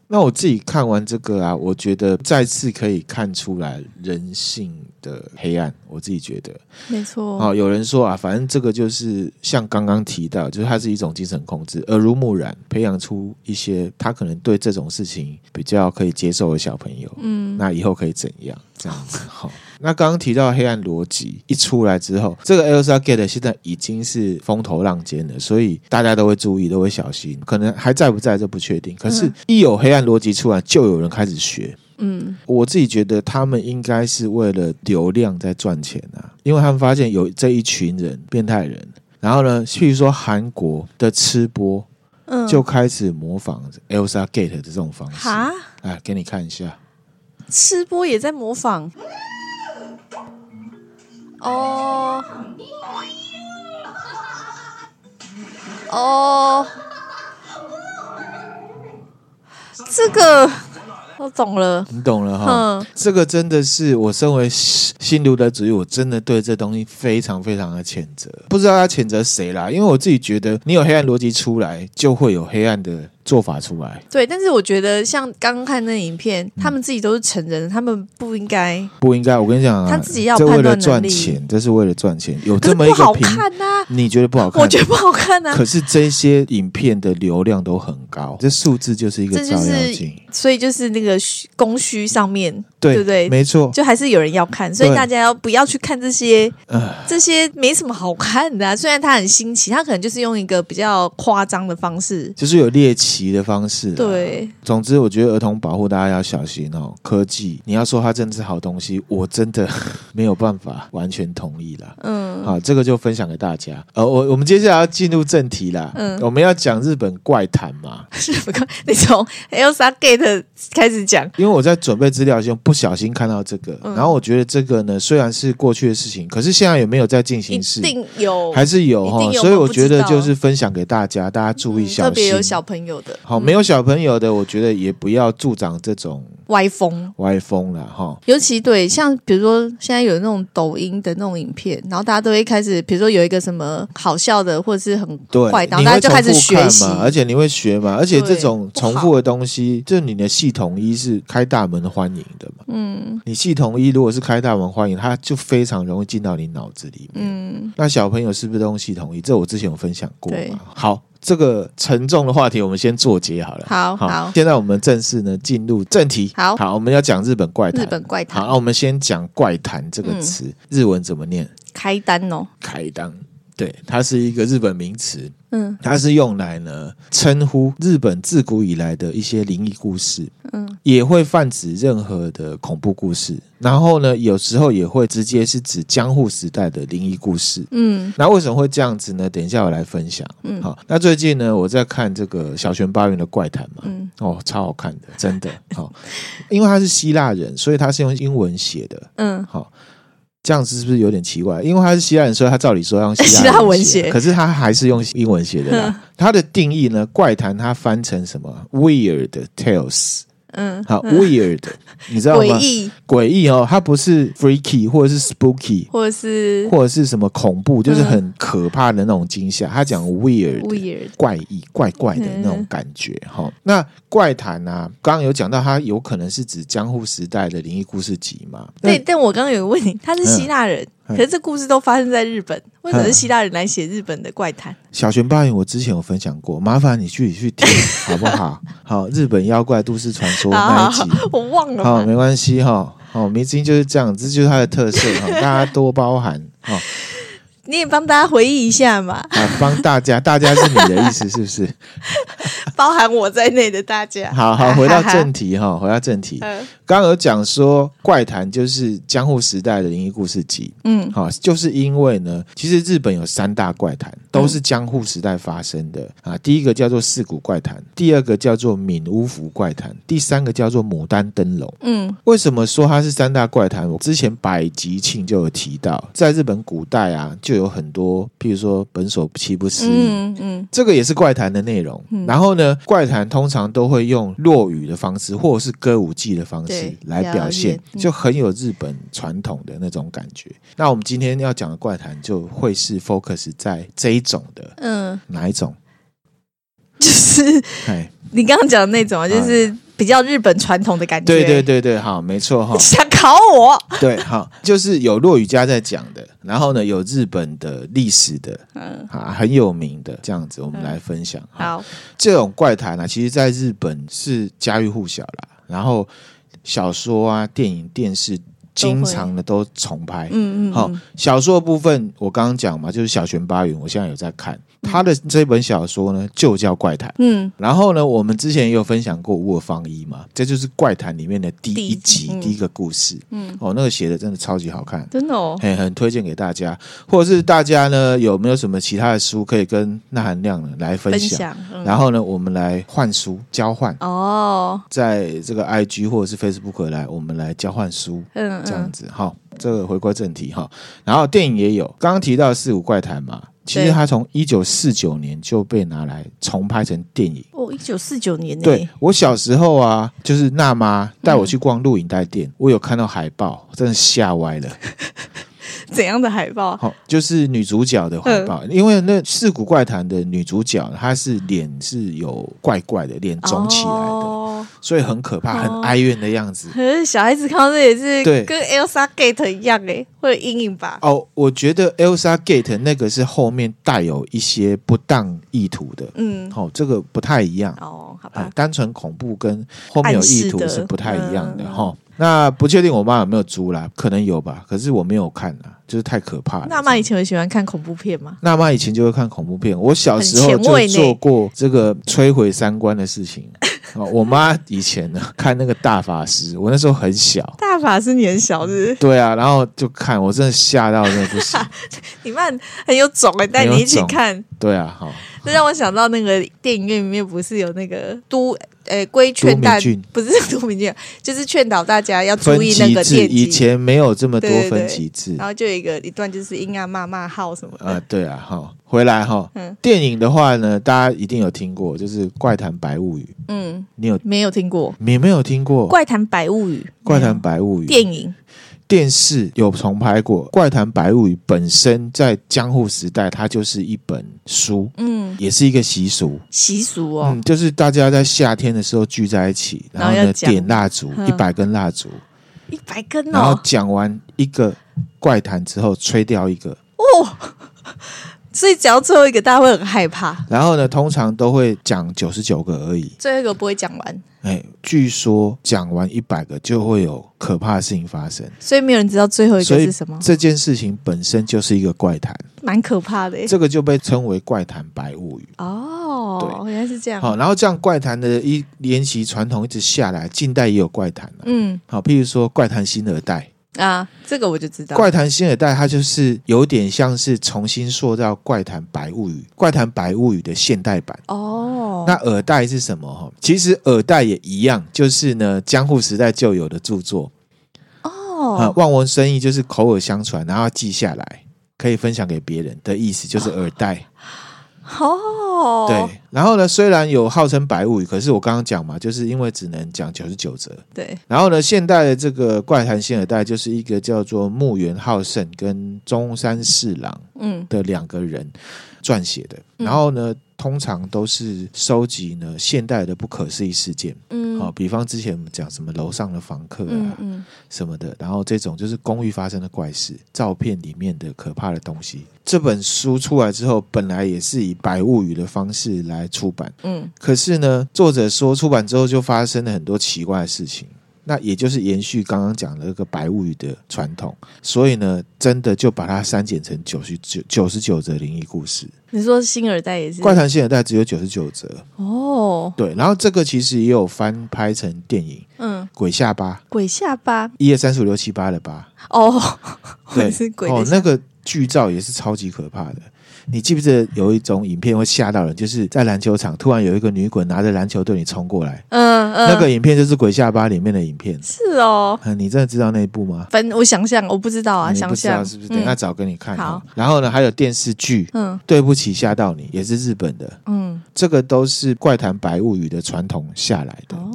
Speaker 1: 那我自己看完这个啊，我觉得再次可以看出来人性的黑暗。我自己觉得，
Speaker 2: 没错，
Speaker 1: 哦，有人说啊，反正这个就是像刚刚提到，就是它是一种精神控制，耳濡目染，培养出一些他可能对这种事情比较可以接受的小朋友。嗯，那以后可以怎样？这样子，好、那刚刚提到黑暗逻辑一出来之后，这个 Elsa Gate 现在已经是风头浪尖了，所以大家都会注意，都会小心，可能还在不在这不确定。可是
Speaker 2: 嗯，
Speaker 1: 一有黑暗逻辑出来，就有人开始学。
Speaker 2: 嗯，
Speaker 1: 我自己觉得他们应该是为了流量在赚钱啊，因为他们发现有这一群人变态人，然后呢，譬如说韩国的吃播
Speaker 2: 嗯
Speaker 1: 就开始模仿 Elsa Gate 的这种方式，
Speaker 2: 哈
Speaker 1: 来给你看一下。
Speaker 2: 吃播也在模仿。哦哦，这个我懂了。
Speaker 1: 你懂了哈
Speaker 2: 嗯，
Speaker 1: 这个真的是我身为新新卢德主义，我真的对这东西非常非常的谴责。不知道他谴责谁啦，因为我自己觉得，你有黑暗逻辑出来，就会有黑暗的做法出来。
Speaker 2: 对，但是我觉得像刚刚看那影片，他们自己都是成人，他们不应该。
Speaker 1: 不应该，我跟你讲、啊，
Speaker 2: 他自己要有
Speaker 1: 这为
Speaker 2: 判
Speaker 1: 了
Speaker 2: 断能
Speaker 1: 赚
Speaker 2: 力
Speaker 1: 钱，这是为了赚钱，有
Speaker 2: 可
Speaker 1: 这
Speaker 2: 是
Speaker 1: 么一
Speaker 2: 不
Speaker 1: 个
Speaker 2: 好
Speaker 1: 评，
Speaker 2: 看呐、
Speaker 1: 你觉得不好看？
Speaker 2: 我觉得不好看啊呐、
Speaker 1: 可是这些影片的流量都很高，这数字就是一个
Speaker 2: 这
Speaker 1: 照
Speaker 2: 就
Speaker 1: 妖
Speaker 2: 是
Speaker 1: 镜，，
Speaker 2: 所以就是那个虚供需上面，
Speaker 1: 对
Speaker 2: 对不对
Speaker 1: 没错，
Speaker 2: 就还是有人要看，所以
Speaker 1: 对
Speaker 2: 大家要不要去看这些？
Speaker 1: 唉
Speaker 2: 这些没什么好看的、啊，虽然它很新奇，它可能就是用一个比较夸张的方式。
Speaker 1: 就是有猎奇的方式。，
Speaker 2: 对，
Speaker 1: 总之我觉得儿童保护大家要小心哦。科技，你要说它真的是好东西，我真的 没有办法完全同意啦。
Speaker 2: 嗯，
Speaker 1: 好，这个就分享给大家。呃，我我们接下来要进入正题啦。
Speaker 2: 嗯
Speaker 1: 我们要讲日本怪谈嘛。
Speaker 2: 是不看你从 Elsa Gate 开始讲，
Speaker 1: 因为我在准备资料的时候不小心看到这个，
Speaker 2: 嗯
Speaker 1: 然后我觉得这个呢虽然是过去的事情，可是现在也没有在进
Speaker 2: 一
Speaker 1: 行式，
Speaker 2: 定有
Speaker 1: 还是有
Speaker 2: 一
Speaker 1: 哈
Speaker 2: 定，有
Speaker 1: 所以
Speaker 2: 我
Speaker 1: 我
Speaker 2: 不
Speaker 1: 觉得
Speaker 2: 知道
Speaker 1: 就是分享给大家，大家注意
Speaker 2: 嗯
Speaker 1: 小心。
Speaker 2: 特别有小嗯朋友的
Speaker 1: 好，没有小朋友的，我觉得也不要助长这种
Speaker 2: 歪风。
Speaker 1: 歪风了哈。
Speaker 2: 尤其对，像比如说现在有那种抖音的那种影片，然后大家都会开始，比如说有一个什么好笑的，或者是很
Speaker 1: 对，
Speaker 2: 坏的，然后
Speaker 1: 你
Speaker 2: 大
Speaker 1: 会
Speaker 2: 家就
Speaker 1: 重
Speaker 2: 开始
Speaker 1: 复
Speaker 2: 学
Speaker 1: 看
Speaker 2: 习。
Speaker 1: 嘛，而且你会学嘛，而且这
Speaker 2: 对
Speaker 1: 种
Speaker 2: 不
Speaker 1: 重
Speaker 2: 好
Speaker 1: 复的东西，就是你的系统一是开大门欢迎的嘛。嗯，你系统一如果是开大门欢迎，它就非常容易进到你脑子里面。
Speaker 2: 嗯，
Speaker 1: 那小朋友是不是都用系统一？这我之前有分享过
Speaker 2: 对
Speaker 1: 嘛。好，这个沉重的话题我们先做结好了。
Speaker 2: 好好
Speaker 1: 现在我们正式呢进入正题。
Speaker 2: 好
Speaker 1: 好，我们要讲日本怪谈。
Speaker 2: 日本怪
Speaker 1: 好，
Speaker 2: 谈
Speaker 1: 那我们先讲“怪谈”这个
Speaker 2: 嗯
Speaker 1: 词，日文怎么念？
Speaker 2: 开单哦，
Speaker 1: 开当。对，它是一个日本名词，
Speaker 2: 嗯
Speaker 1: 它是用来呢称呼日本自古以来的一些灵异故事，
Speaker 2: 嗯
Speaker 1: 也会泛指任何的恐怖故事。然后呢，有时候也会直接是指江户时代的灵异故事。
Speaker 2: 嗯
Speaker 1: 那为什么会这样子呢？等一下我来分享。嗯，好，那最近呢，我在看这个小泉八云的怪谈嘛，
Speaker 2: 嗯
Speaker 1: 哦，超好看的，真的。 好、因为他是希腊人，所以他是用英文写的。
Speaker 2: 嗯，
Speaker 1: 好、这样子是不是有点奇怪？因为他是希腊人，所以他照理说要用希
Speaker 2: 希腊
Speaker 1: 腊
Speaker 2: 文
Speaker 1: 文
Speaker 2: 写嗯
Speaker 1: 写，可是他还是用英文写的啦。 他的定义呢，怪谈它翻成什么？Weird tales。
Speaker 2: 嗯，
Speaker 1: 好，weird，你知道吗
Speaker 2: 诡？异
Speaker 1: 诡异哦，它不是 freaky 或者是 spooky，
Speaker 2: 或者是
Speaker 1: 或者是什么恐怖，就是很可怕的那种惊吓。他讲 weird。
Speaker 2: 嗯 weird，嗯
Speaker 1: 怪异、怪怪的那种感觉，哈、那怪谈啊，刚刚有讲到，它有可能是指江户时代的灵异故事集嘛？
Speaker 2: 对，但我刚刚有个问题，他是希腊人，
Speaker 1: 嗯
Speaker 2: 可是这故事都发生在日本，为什么是希腊人来写日本的怪谈？
Speaker 1: 小泉八云，我之前有分享过，麻烦你去去听好不 好？好，日本妖怪都市传说那
Speaker 2: 好
Speaker 1: 一集
Speaker 2: 好，好我忘了
Speaker 1: 好，
Speaker 2: 嘛，
Speaker 1: 没关系哈。好，明星就是这样，这就是它的特色 哈，大家多包涵哈。
Speaker 2: 你也帮大家回忆一下嘛，
Speaker 1: 啊，帮大家，大家是你的意思是不是？
Speaker 2: 包含我在内的大家。
Speaker 1: 好好，回到正
Speaker 2: 题，
Speaker 1: 题哈，回到正题。
Speaker 2: 嗯
Speaker 1: 刚刚有讲说怪谈就是江户时代的灵异故事集，
Speaker 2: 嗯
Speaker 1: 好、就是因为呢，其实日本有三大怪谈，都是江户时代发生的、啊。第一个叫做四谷怪谈，第二个叫做敏屋福怪谈，第三个叫做牡丹灯笼。
Speaker 2: 嗯
Speaker 1: 为什么说它是三大怪谈？我之前百集庆就有提到，在日本古代啊，就有很多，譬如说本所七不思议。
Speaker 2: 嗯嗯
Speaker 1: 这个也是怪谈的内容。然后呢，怪谈通常都会用落语的方式，或者是歌舞伎的方式
Speaker 2: 对
Speaker 1: 来表现
Speaker 2: 表演，嗯
Speaker 1: 就很有日本传统的那种感觉。那我们今天要讲的怪谈就会是 focus 在这一种的
Speaker 2: 嗯，
Speaker 1: 哪一种？
Speaker 2: 就是
Speaker 1: 哎，
Speaker 2: 你刚刚讲的那种啊，就是比较日本传统的感
Speaker 1: 嗯
Speaker 2: 觉。，
Speaker 1: 对对，对对，好，没错哈
Speaker 2: 想考我？
Speaker 1: 对，好，就是有落语家在讲的，然后呢，有日本的历史的
Speaker 2: 嗯，
Speaker 1: 啊，很有名的这样子，我们
Speaker 2: 嗯
Speaker 1: 来分享。哈
Speaker 2: 好，
Speaker 1: 这种怪谈啊，其实在日本是家喻户晓啦。然后小说啊、电影、电视经常的都重拍。
Speaker 2: 嗯嗯，
Speaker 1: 好、小说的部分我刚刚讲嘛，就是小泉八云，我现在有在看他的这本小说呢，就叫《怪谈》。
Speaker 2: 嗯，
Speaker 1: 然后呢，我们之前也有分享过《沃方一》嘛，这就是《怪谈》里面的第一集
Speaker 2: 第一集嗯
Speaker 1: 第一个故事。嗯，哦，那个写的真的超级好看。
Speaker 2: 真的哦，
Speaker 1: 很很推荐给大家，或者是大家呢有没有什么其他的书可以跟那含亮呢来分
Speaker 2: 分
Speaker 1: 享？
Speaker 2: 享，嗯
Speaker 1: 然后呢，我们来换书交换，
Speaker 2: 哦，
Speaker 1: 在这个 IG 或者是 Facebook 来，我们来交换书，
Speaker 2: 嗯
Speaker 1: 这样
Speaker 2: 嗯，
Speaker 1: 子哈、这个回归正题哈、然后电影也有，刚刚提到《四五怪谈》嘛，其实
Speaker 2: 对
Speaker 1: 它从一九四九年就被拿来重拍成电影。
Speaker 2: 哦，一九四九年呢，
Speaker 1: 对我小时候啊，就是娜
Speaker 2: 嗯
Speaker 1: 妈带我去逛录影带店，我有看到海报，真的吓歪 了。
Speaker 2: 怎样的海报？
Speaker 1: 好、就是女主角的
Speaker 2: 嗯
Speaker 1: 怀抱，因为那《四股怪谈》的女主角，她是脸是有怪怪的，脸肿起来的，
Speaker 2: 哦
Speaker 1: 所以很可怕，很
Speaker 2: 哦
Speaker 1: 哀怨的样子。
Speaker 2: 可是小孩子看到这也是
Speaker 1: 对
Speaker 2: 跟 Elsa Gate 一样哎，会有阴影吧？
Speaker 1: 哦，我觉得 Elsa Gate 那个是后面带有一些不当意图的，
Speaker 2: 嗯，
Speaker 1: 哦，这个不太一样。
Speaker 2: 哦，好
Speaker 1: 啊
Speaker 2: 吧，，
Speaker 1: 单纯恐怖跟后面有意图
Speaker 2: 暗示的
Speaker 1: 是不太一样的
Speaker 2: 嗯
Speaker 1: 哈、那不确定我妈有没有租啦，可能有吧，可是我没有看啦，就是太可怕了。
Speaker 2: 娜妈以前有喜欢看恐怖片吗？
Speaker 1: 娜妈以前就会看恐怖片，我小时候
Speaker 2: 很前
Speaker 1: 就
Speaker 2: 卫呢
Speaker 1: 做过这个摧毁三观的事情。哦、我妈以前呢看那个大法师，我那时候很小，
Speaker 2: 大法师年小是不是？
Speaker 1: 对啊，然后就看，我真的吓到真的不 行。
Speaker 2: 你妈很有种哎，带你一起看，
Speaker 1: 对啊，好、
Speaker 2: 这让我想到那个电影院里面不是有那个都呃规劝大
Speaker 1: 都敏俊
Speaker 2: 不是都敏俊，就是劝导大家要
Speaker 1: 分
Speaker 2: 注意那
Speaker 1: 级
Speaker 2: 个
Speaker 1: 制
Speaker 2: 电
Speaker 1: 以
Speaker 2: 击。
Speaker 1: 前没有这么多
Speaker 2: 对对对
Speaker 1: 分级制。
Speaker 2: 然后就有一个一段就是阴暗骂骂号什么的，
Speaker 1: 呃，对啊，哈，回来哈，
Speaker 2: 嗯
Speaker 1: 电影的话呢，大家一定有听过，就是《怪谈白物语》，
Speaker 2: 嗯，
Speaker 1: 你有
Speaker 2: 没有听过
Speaker 1: 你没有听过
Speaker 2: 《
Speaker 1: 《
Speaker 2: 怪谈百物语》？嗯
Speaker 1: 怪谈白物语》
Speaker 2: 电影
Speaker 1: 电视有重拍过《怪谈白物语》，本身在江户时代，它就是一本书，
Speaker 2: 嗯，
Speaker 1: 也是一个习俗。
Speaker 2: 习俗哦，
Speaker 1: 嗯，就是大家在夏天的时候聚在一起，然后
Speaker 2: 然后
Speaker 1: 呢
Speaker 2: 要讲
Speaker 1: 点蜡烛
Speaker 2: 嗯
Speaker 1: 一百根蜡烛，
Speaker 2: 一百根
Speaker 1: 然后
Speaker 2: 哦，
Speaker 1: 讲完一个怪谈之后吹掉一个，
Speaker 2: 所以只要最后一个，大家会很害怕，
Speaker 1: 然后呢通常都会讲九十九个而已。
Speaker 2: 最后一个不会讲完，
Speaker 1: 哎，据说讲完一百个就会有可怕的事情发生，
Speaker 2: 所以没有人知道最后一
Speaker 1: 所
Speaker 2: 个
Speaker 1: 以
Speaker 2: 是什么，
Speaker 1: 这件事情本身就是一个怪谈，
Speaker 2: 蛮可怕的耶
Speaker 1: 这个就被称为怪谈白物语。
Speaker 2: 哦，原来是这样，
Speaker 1: 好，然后这样怪谈的一沿袭传统一直下来，近代也有怪谈了。
Speaker 2: 嗯
Speaker 1: 好，譬如说怪谈新二代，
Speaker 2: 啊，这个我就知道，
Speaker 1: 怪谈新二代它就是有点像是重新塑造怪谈白物语，怪谈白物语的现代版。
Speaker 2: 哦，
Speaker 1: 那耳代是什么？哈，其实耳代也一样，就是呢江户时代就有的著作啊，
Speaker 2: 哦，
Speaker 1: 望文生义就是口耳相传，然后记下来，可以分享给别人的意思，就是耳代。
Speaker 2: 哦，
Speaker 1: 对，然后呢，虽然有号称白物语，可是我刚刚讲嘛，就是因为只能讲九十九折。
Speaker 2: 对，
Speaker 1: 然后呢，现代的这个怪谈新耳代就是一个叫做木原浩胜跟中山四郎
Speaker 2: 嗯
Speaker 1: 的两个人撰写的。然后呢，通常都是收集呢现代的不可思议事件，
Speaker 2: 嗯，
Speaker 1: 好、比方之前我们讲什么楼上的房客啊，
Speaker 2: 嗯嗯，
Speaker 1: 什么的，然后这种就是公寓发生的怪事，照片里面的可怕的东西。这本书出来之后，本来也是以百物语的方式来出版，
Speaker 2: 嗯，
Speaker 1: 可是呢，作者说出版之后就发生了很多奇怪的事情。那也就是延续刚刚讲的那个白物语的传统，所以呢，真的就把它删减成九十九九十九则灵异故事，
Speaker 2: 你说新耳代也是
Speaker 1: 《怪谈新耳代》只有九十九则。
Speaker 2: 哦，
Speaker 1: 对，然后这个其实也有翻拍成电影《
Speaker 2: 嗯，
Speaker 1: 鬼下巴》，
Speaker 2: 鬼下巴
Speaker 1: 一二三四五六七八的八，
Speaker 2: 哦，
Speaker 1: 对，
Speaker 2: 我是鬼
Speaker 1: 哦
Speaker 2: 的，
Speaker 1: 那个剧照也是超级可怕的。你记不记得有一种影片会吓到人，就是在篮球场突然有一个女鬼拿着篮球对你冲过来，
Speaker 2: 嗯嗯，
Speaker 1: 那个影片就是《鬼下巴》里面的影 片。
Speaker 2: 是哦，
Speaker 1: 嗯，你真的知道那一部吗？
Speaker 2: 反正我想象，我不知道啊，
Speaker 1: 你
Speaker 2: 想
Speaker 1: 不知道
Speaker 2: 象
Speaker 1: 是不是？等一下
Speaker 2: 嗯
Speaker 1: 找给你看。哦
Speaker 2: 好。
Speaker 1: 然后呢，还有电视剧《
Speaker 2: 嗯
Speaker 1: 对不起吓到你》，也是日本的，
Speaker 2: 嗯
Speaker 1: 这个都是怪谈白物语的传统下来的。
Speaker 2: 哦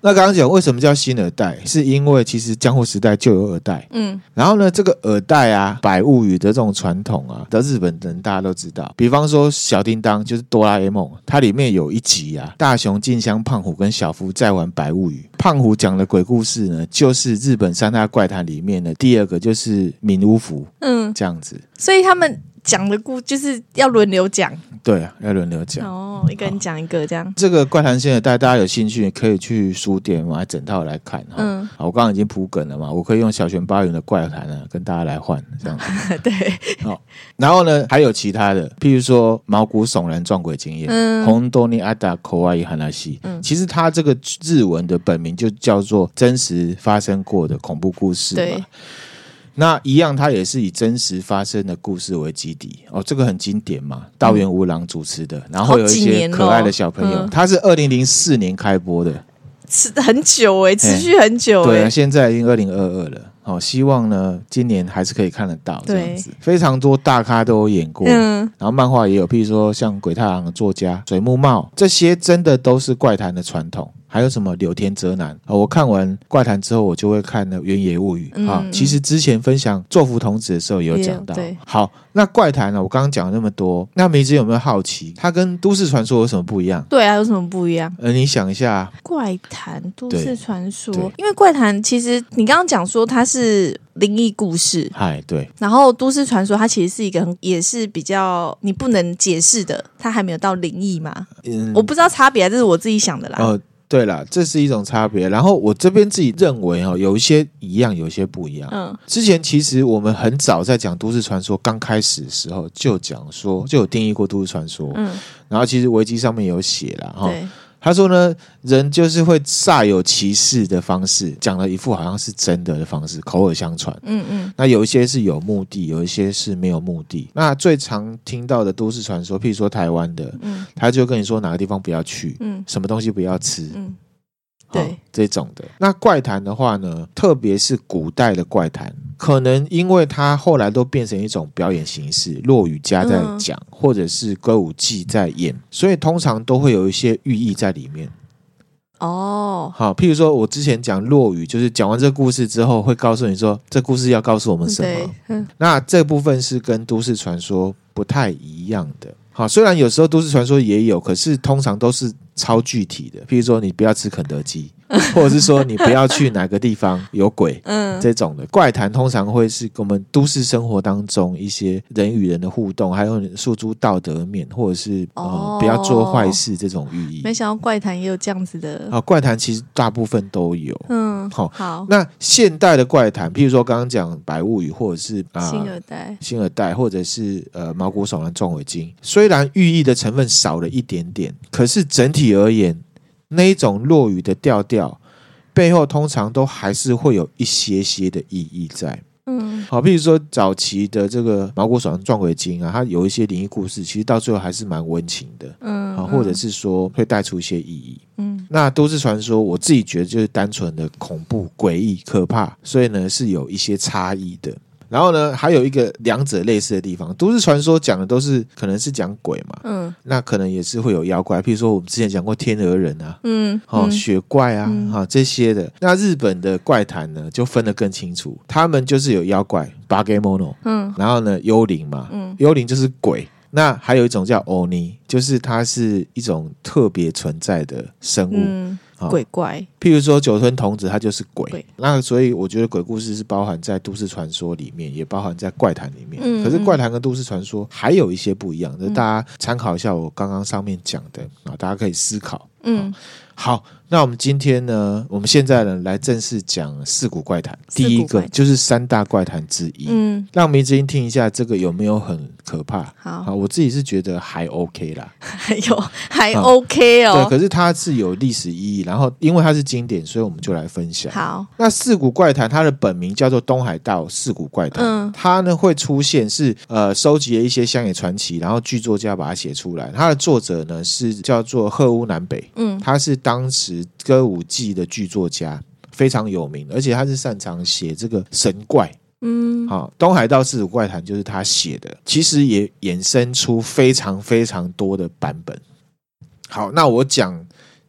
Speaker 1: 那刚刚讲为什么叫新耳代，是因为其实江户时代就有耳代，
Speaker 2: 嗯
Speaker 1: 然后呢，这个耳带啊，百物语的这种传统啊，的日本人大家都知道。比方说小叮当就是哆啦 A 梦，它里面有一集啊，大雄、静香、胖虎跟小夫在玩百物语。胖虎讲的鬼故事呢，就是日本三大怪谈里面的第二个，就是敏屋符
Speaker 2: 嗯，
Speaker 1: 这样子。
Speaker 2: 所以他们讲的故就是要轮流讲，
Speaker 1: 对啊，要轮流讲。
Speaker 2: 哦，一个人讲一个这样。
Speaker 1: 这个怪谈仙的带大家有兴趣，可以去书店买整套来看哈。
Speaker 2: 嗯
Speaker 1: 好我刚刚已经铺梗了嘛，我可以用小泉八云的怪谈啊跟大家来换这样子。 哦
Speaker 2: 对，
Speaker 1: 然后呢，还有其他的，譬如说毛骨悚然撞鬼经验，
Speaker 2: 嗯
Speaker 1: 红多尼阿达口外伊汉拉西。其实它这个日文的本名就叫做真实发生过的恐怖故事嘛
Speaker 2: 对。
Speaker 1: 那一样，它也是以真实发生的故事为基底哦，这个很经典嘛，道元吾郎主持的，然后有一
Speaker 2: 嗯好几
Speaker 1: 些
Speaker 2: 年嗯咯
Speaker 1: 可爱的小朋友，
Speaker 2: 嗯
Speaker 1: 它是二零零四年开播的，
Speaker 2: 持很久哎、持续很久
Speaker 1: 嗯对
Speaker 2: 哎、
Speaker 1: 啊，现在已经二零二二了，哦，希望呢今年还是可以看得到这样子，非常多大咖都有演过，
Speaker 2: 嗯，
Speaker 1: 然后漫画也有，譬如说像鬼太郎的作家水木茂，这些真的都是怪谈的传统。还有什么柳田哲男啊、我看完怪谈之后，我就会看那《原野物语》啊
Speaker 2: 嗯。嗯
Speaker 1: 其实之前分享作福童子的时候有讲到
Speaker 2: 也有对。
Speaker 1: 好，那怪谈啊呢？我刚刚讲了那么多，那梅子有没有好奇，它跟都市传说有什么不一样？
Speaker 2: 对啊，有什么不一样？
Speaker 1: 呃，你想一下，
Speaker 2: 怪谈、都
Speaker 1: 对
Speaker 2: 市传说
Speaker 1: 对，
Speaker 2: 因为怪谈其实你刚刚讲说它是灵异故事，
Speaker 1: 嗨，哎对，
Speaker 2: 然后都市传说它其实是一个很也是比较你不能解释的，它还没有到灵异嘛，
Speaker 1: 嗯
Speaker 2: 我不知道差别啊，这是我自己想的啦。
Speaker 1: 哦，对啦，这是一种差别。然后我这边自己认为哦，有一些一样，有一些不一样。
Speaker 2: 嗯
Speaker 1: 之前其实我们很早在讲都市传说，刚开始的时候就讲说，就有定义过都市传说。
Speaker 2: 嗯，
Speaker 1: 然后其实维基上面有写了哈，
Speaker 2: 对，
Speaker 1: 他说呢，人就是会煞有其事的方式，讲了一副好像是真的的方式，口耳相传。
Speaker 2: 嗯嗯
Speaker 1: 那有一些是有目的，有一些是没有目的。那最常听到的都市传说，譬如说台湾的，
Speaker 2: 嗯
Speaker 1: 他就跟你说哪个地方不要去，
Speaker 2: 嗯
Speaker 1: 什么东西不要吃，
Speaker 2: 嗯，
Speaker 1: 哦
Speaker 2: 对
Speaker 1: 这种的。那怪谈的话呢，特别是古代的怪谈，可能因为它后来都变成一种表演形式，落雨家在讲，或者是歌舞伎在演，所以通常都会有一些寓意在里面。
Speaker 2: 哦，
Speaker 1: 好，譬如说我之前讲落雨，就是讲完这个故事之后，会告诉你说这故事要告诉我们什
Speaker 2: 对
Speaker 1: 么。，
Speaker 2: 嗯
Speaker 1: 那这部分是跟都市传说不太一样的。好，虽然有时候都市传说也有，可是通常都是超具体的，譬如说你不要吃肯德基，或者是说你不要去哪个地方有鬼。
Speaker 2: 嗯，
Speaker 1: 这种的怪谈通常会是我们都市生活当中一些人与人的互动，还有诉诸道德面，或者是呃、
Speaker 2: 哦
Speaker 1: 不要做坏事这种寓意
Speaker 2: 没。想到怪谈也有这样子的，
Speaker 1: 啊，怪谈其实大部分都有。
Speaker 2: 嗯，
Speaker 1: 好
Speaker 2: 好，
Speaker 1: 那现代的怪谈，譬如说刚刚讲《白物语》，或者是啊、
Speaker 2: 新二代，
Speaker 1: 新二代或者是呃毛骨悚然撞尾金，虽然寓意的成分少了一点点，可是整体而言，那一种落雨的调调背后通常都还是会有一些些的意义在。
Speaker 2: 嗯
Speaker 1: 好，譬如说早期的这个毛骨悚然撞鬼经啊，它有一些灵异故事，其实到最后还是蛮温情的
Speaker 2: 嗯，
Speaker 1: 啊，或者
Speaker 2: 嗯
Speaker 1: 是说会带出一些意义。
Speaker 2: 嗯
Speaker 1: 那都市传说，我自己觉得就是单纯的恐怖、诡异、可怕，所以呢是有一些差异的。然后呢，还有一个两者类似的地方，都市传说讲的都是可能是讲鬼嘛，
Speaker 2: 嗯
Speaker 1: 那可能也是会有妖怪，譬如说我们之前讲过天鹅人啊，
Speaker 2: 嗯，
Speaker 1: 哦，
Speaker 2: 嗯
Speaker 1: 雪怪啊，
Speaker 2: 嗯
Speaker 1: 哈、这些的。那日本的怪谈呢，就分得更清楚，他们就是有妖怪 b a g e m o n o
Speaker 2: 嗯
Speaker 1: 然后呢幽灵嘛，
Speaker 2: 嗯
Speaker 1: 幽灵就是鬼。那还有一种叫欧尼，就是它是一种特别存在的生物，
Speaker 2: 嗯，
Speaker 1: 好
Speaker 2: 鬼怪，
Speaker 1: 啊譬如说酒吞童子，它就是鬼。
Speaker 2: 鬼
Speaker 1: 那所以我觉得鬼故事是包含在都市传说里面，也包含在怪谈里面。
Speaker 2: 嗯
Speaker 1: 可是怪谈跟都市传说还有一些不一样，那、大家参考一下我刚刚上面讲的啊，大家可以思考。
Speaker 2: 嗯，
Speaker 1: 好，那我们今天呢，我们现在呢来正式讲四股怪谈，
Speaker 2: 四股
Speaker 1: 第一个
Speaker 2: 怪谈
Speaker 1: 就是三大怪谈之一。
Speaker 2: 嗯，
Speaker 1: 让迷之音听一下，这个有没有很可怕？啊，
Speaker 2: 好，
Speaker 1: 我自己是觉得还 OK 啦。
Speaker 2: 还有还
Speaker 1: 好
Speaker 2: OK
Speaker 1: 对，
Speaker 2: 哦，
Speaker 1: 可是它是有历史意义，然后因为它是经典，所以我们就来分享。
Speaker 2: 好，
Speaker 1: 那四谷怪谈，它的本名叫做东海道四谷怪谈。
Speaker 2: 嗯
Speaker 1: 它呢会出现是呃，收集了一些乡野传奇，然后剧作家把它写出来。它的作者呢是叫做鹤屋南北，
Speaker 2: 嗯
Speaker 1: 他是当时歌舞伎的剧作家，非常有名，而且他是擅长写这个神怪。
Speaker 2: 嗯，
Speaker 1: 好，东海道四谷怪谈就是他写的，其实也衍生出非常非常多的版本。好，那我讲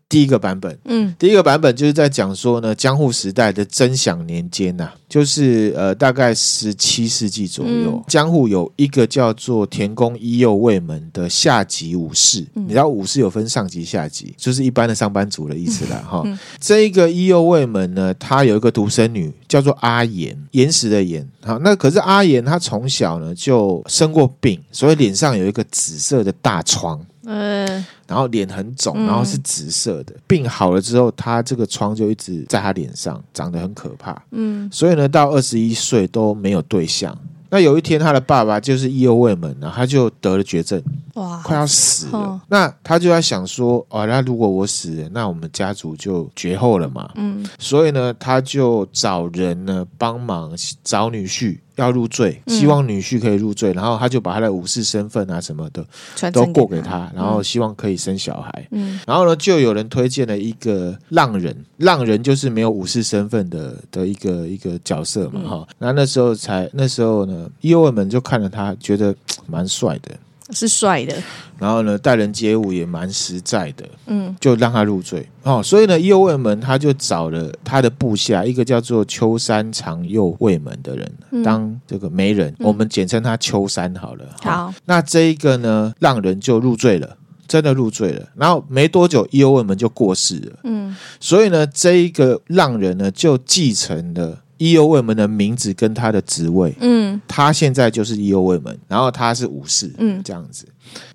Speaker 1: 第一个版本。
Speaker 2: 嗯
Speaker 1: 第一个版本就是在讲说呢，江户时代的真享年间呐、就是呃大概十七世纪左右，
Speaker 2: 嗯
Speaker 1: 江户有一个叫做田宫伊右卫门的下级武士。
Speaker 2: 嗯
Speaker 1: 你知道武士有分上级、下级，就是一般的上班族的意思啦
Speaker 2: 嗯
Speaker 1: 哈。这一个伊右卫门呢，他有一个独生女叫做阿岩，岩石的岩。好，那可是阿岩她从小呢就生过病，所以脸上有一个紫色的大疮。
Speaker 2: 呃
Speaker 1: 然后脸很肿，
Speaker 2: 嗯
Speaker 1: 然后是紫色的。病好了之后，他这个疮就一直在他脸上，长得很可怕。
Speaker 2: 嗯
Speaker 1: 所以呢，到二十一岁都没有对象。那有一天，他的爸爸就是伊右卫门，然后他就得了绝症，
Speaker 2: 哇，
Speaker 1: 快要死
Speaker 2: 哦
Speaker 1: 了。那他就在想说，哦，那如果我死了，那我们家族就绝后了嘛。
Speaker 2: 嗯
Speaker 1: 所以呢，他就找人呢帮忙找女婿要入赘，
Speaker 2: 嗯
Speaker 1: 希望女婿可以入赘，然后他就把他的武士身份啊什么的
Speaker 2: 传
Speaker 1: 都
Speaker 2: 承
Speaker 1: 过给他，然后希望可以生小孩。
Speaker 2: 嗯
Speaker 1: 然后呢，就有人推荐了一个浪人，浪人就是没有武士身份的的一个一个角色嘛，
Speaker 2: 嗯
Speaker 1: 哈、那那时候才那时候呢，伊右卫门就看了他，觉得嘖蛮帅的，
Speaker 2: 是帅的，
Speaker 1: 然后呢，待人接物也蛮实在的，
Speaker 2: 嗯
Speaker 1: 就让他入赘哦。所以呢，伊右卫门他就找了他的部下一个叫做秋山长右卫门的人、
Speaker 2: 嗯
Speaker 1: 当这个媒人，
Speaker 2: 嗯
Speaker 1: 我们简称他秋山好了。哈
Speaker 2: 好，
Speaker 1: 那这一个呢，让人就入赘了。真的入赘了，然后没多久，伊右卫门就过世了。
Speaker 2: 嗯
Speaker 1: 所以呢，这一个浪人呢就继承了伊右卫门的名字跟他的职位，
Speaker 2: 嗯
Speaker 1: 他现在就是伊右卫门，然后他是武士，
Speaker 2: 嗯
Speaker 1: 这样子，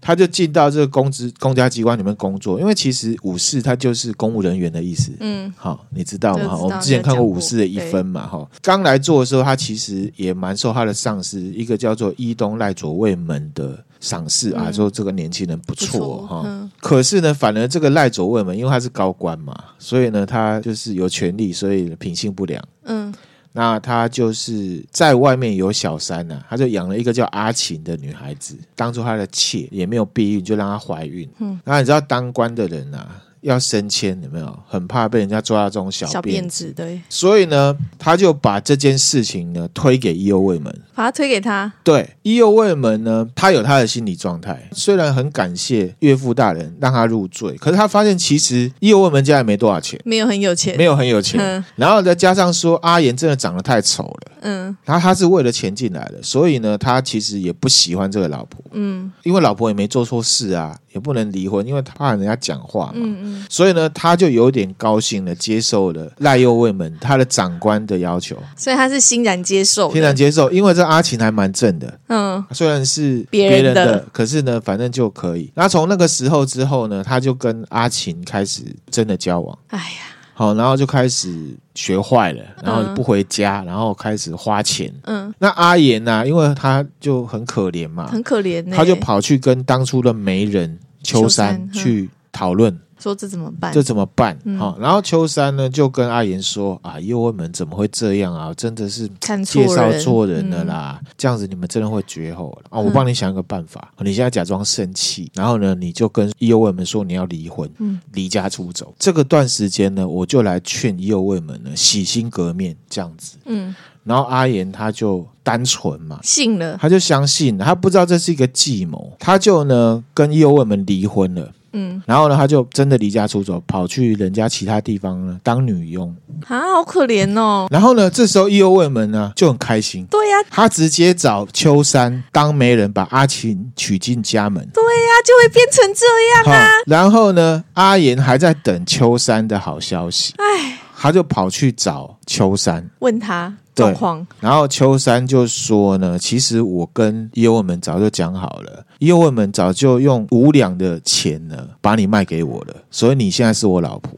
Speaker 1: 他就进到这个公职公家机关里面工作，因为其实武士他就是公务人员的意思。
Speaker 2: 嗯
Speaker 1: 好，你知道
Speaker 2: 这
Speaker 1: 吗？
Speaker 2: 个
Speaker 1: 哈
Speaker 2: 知道
Speaker 1: 我们之前看过武士的一
Speaker 2: 这个讲过
Speaker 1: 分嘛，哈。刚来做的时候，他其实也蛮受他的上司一个叫做伊东赖左卫门的赏识啊，
Speaker 2: 嗯
Speaker 1: 说这个年轻人不
Speaker 2: 不
Speaker 1: 错
Speaker 2: 错
Speaker 1: 哈。
Speaker 2: 嗯
Speaker 1: 可是呢，反而这个赖左卫门，因为他是高官嘛，所以呢，他就是有权利，所以品性不良。
Speaker 2: 嗯
Speaker 1: 那他就是在外面有小三呐、他就养了一个叫阿琴的女孩子，当做他的妾，也没有避孕，就让她怀孕。
Speaker 2: 嗯，
Speaker 1: 那你知道当官的人啊，要升迁有没有？很怕被人家抓到这种小
Speaker 2: 小
Speaker 1: 辫
Speaker 2: 辫子对，
Speaker 1: 所以呢，他就把这件事情呢推给伊右卫门。
Speaker 2: 把它推给他，
Speaker 1: 对伊右卫门呢，他有他的心理状态，虽然很感谢岳父大人让他入赘，可是他发现其实伊右卫门家也没多少钱，
Speaker 2: 没有很有钱，
Speaker 1: 没有很有钱，
Speaker 2: 嗯
Speaker 1: 然后再加上说阿岩真的长得太丑了。
Speaker 2: 嗯
Speaker 1: 然后他是为了钱进来的，所以呢，他其实也不喜欢这个老婆，
Speaker 2: 嗯
Speaker 1: 因为老婆也没做错事啊，也不能离婚，因为他怕人家讲话嘛。
Speaker 2: 嗯嗯，
Speaker 1: 所以呢，他就有点高兴的接受了赖右卫门他的长官的要求，
Speaker 2: 所以他是欣然接受
Speaker 1: 欣然
Speaker 2: 的，
Speaker 1: 接受，因为这阿琴还蛮正的，
Speaker 2: 嗯
Speaker 1: 虽然是
Speaker 2: 别
Speaker 1: 人
Speaker 2: 人的
Speaker 1: 可是呢，反正就可以。那从那个时候之后呢，他就跟阿琴开始真的交往，
Speaker 2: 哎呀，
Speaker 1: 好，然后就开始学坏了，然后不回家，然后开始花钱。
Speaker 2: 嗯，
Speaker 1: 那阿岩呐、因为他就很可怜嘛，
Speaker 2: 很可怜呢，
Speaker 1: 他就跑去跟当初的媒人秋山
Speaker 2: 秋山嗯
Speaker 1: 去讨论
Speaker 2: 说这怎么办
Speaker 1: 这？怎么办。
Speaker 2: 嗯
Speaker 1: 好、然后秋山呢就跟阿岩说：“啊，右卫门怎么会这样啊？真的是
Speaker 2: 看错
Speaker 1: 介
Speaker 2: 人，
Speaker 1: 绍错人了
Speaker 2: 嗯，
Speaker 1: 啦，这样子你们真的会绝后了啊！我
Speaker 2: 嗯
Speaker 1: 帮你想一个办法，你现在假装生气，然后呢，你就跟伊右卫门说你要离婚，
Speaker 2: 嗯
Speaker 1: 离家出走。这个段时间呢，我就来劝伊右卫门呢洗心革面这样子。
Speaker 2: 嗯，
Speaker 1: 然后阿岩他就单纯嘛，
Speaker 2: 信了，
Speaker 1: 他就相信了，他不知道这是一个计谋，他就呢跟伊右卫门离婚了。
Speaker 2: 嗯，
Speaker 1: 然后呢，他就真的离家出走，跑去人家其他地方呢当女佣。
Speaker 2: 啊，好可怜哦，
Speaker 1: 然后呢，这时候伊右卫门呢就很开心，
Speaker 2: 对呀、
Speaker 1: 他直接找秋山当媒人，把阿琴娶进家门。
Speaker 2: 对呀、就会变成这样
Speaker 1: 好
Speaker 2: 啊，，
Speaker 1: 然后呢，阿岩还在等秋山的好消息，他就跑去找秋山。
Speaker 2: 问他
Speaker 1: 对
Speaker 2: 状况，
Speaker 1: 然后秋山就说呢，其实我跟伊右卫门早就讲好了，伊右卫门早就用无良的钱呢把你卖给我了，所以你现在是我老婆。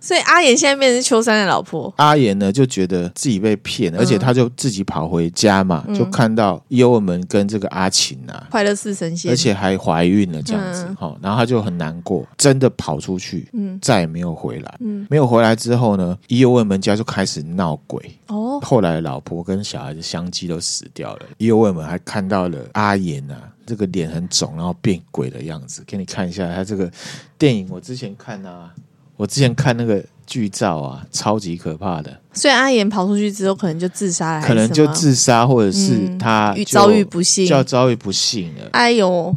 Speaker 2: 所以阿岩现在变成是秋山的老婆，
Speaker 1: 阿岩呢就觉得自己被骗，
Speaker 2: 嗯
Speaker 1: 而且他就自己跑回家嘛，就看到伊右卫门跟这个阿琴啊，
Speaker 2: 快乐似神仙，
Speaker 1: 而且还怀孕了这样子
Speaker 2: 嗯
Speaker 1: 哈、齁然后他就很难过，真的跑出去，
Speaker 2: 嗯
Speaker 1: 再也没有回来。
Speaker 2: 嗯
Speaker 1: 没有回来之后呢，伊右卫门家就开始闹鬼。
Speaker 2: 哦，
Speaker 1: 后来老婆跟小孩子相继都死掉了，伊右卫门还看到了阿岩啊，这个脸很肿，然后变鬼的样子。给你看一下他这个电影，我之前看啊，我之前看那个剧照啊，超级可怕的，
Speaker 2: 所以阿岩跑出去之后，可能就自杀了，还
Speaker 1: 可
Speaker 2: 是
Speaker 1: 能就
Speaker 2: 哎什么
Speaker 1: 自杀或者是
Speaker 2: 嗯
Speaker 1: 他
Speaker 2: 遇
Speaker 1: 就
Speaker 2: 遭遇不幸
Speaker 1: 叫遭遇不幸了。
Speaker 2: 哎呦，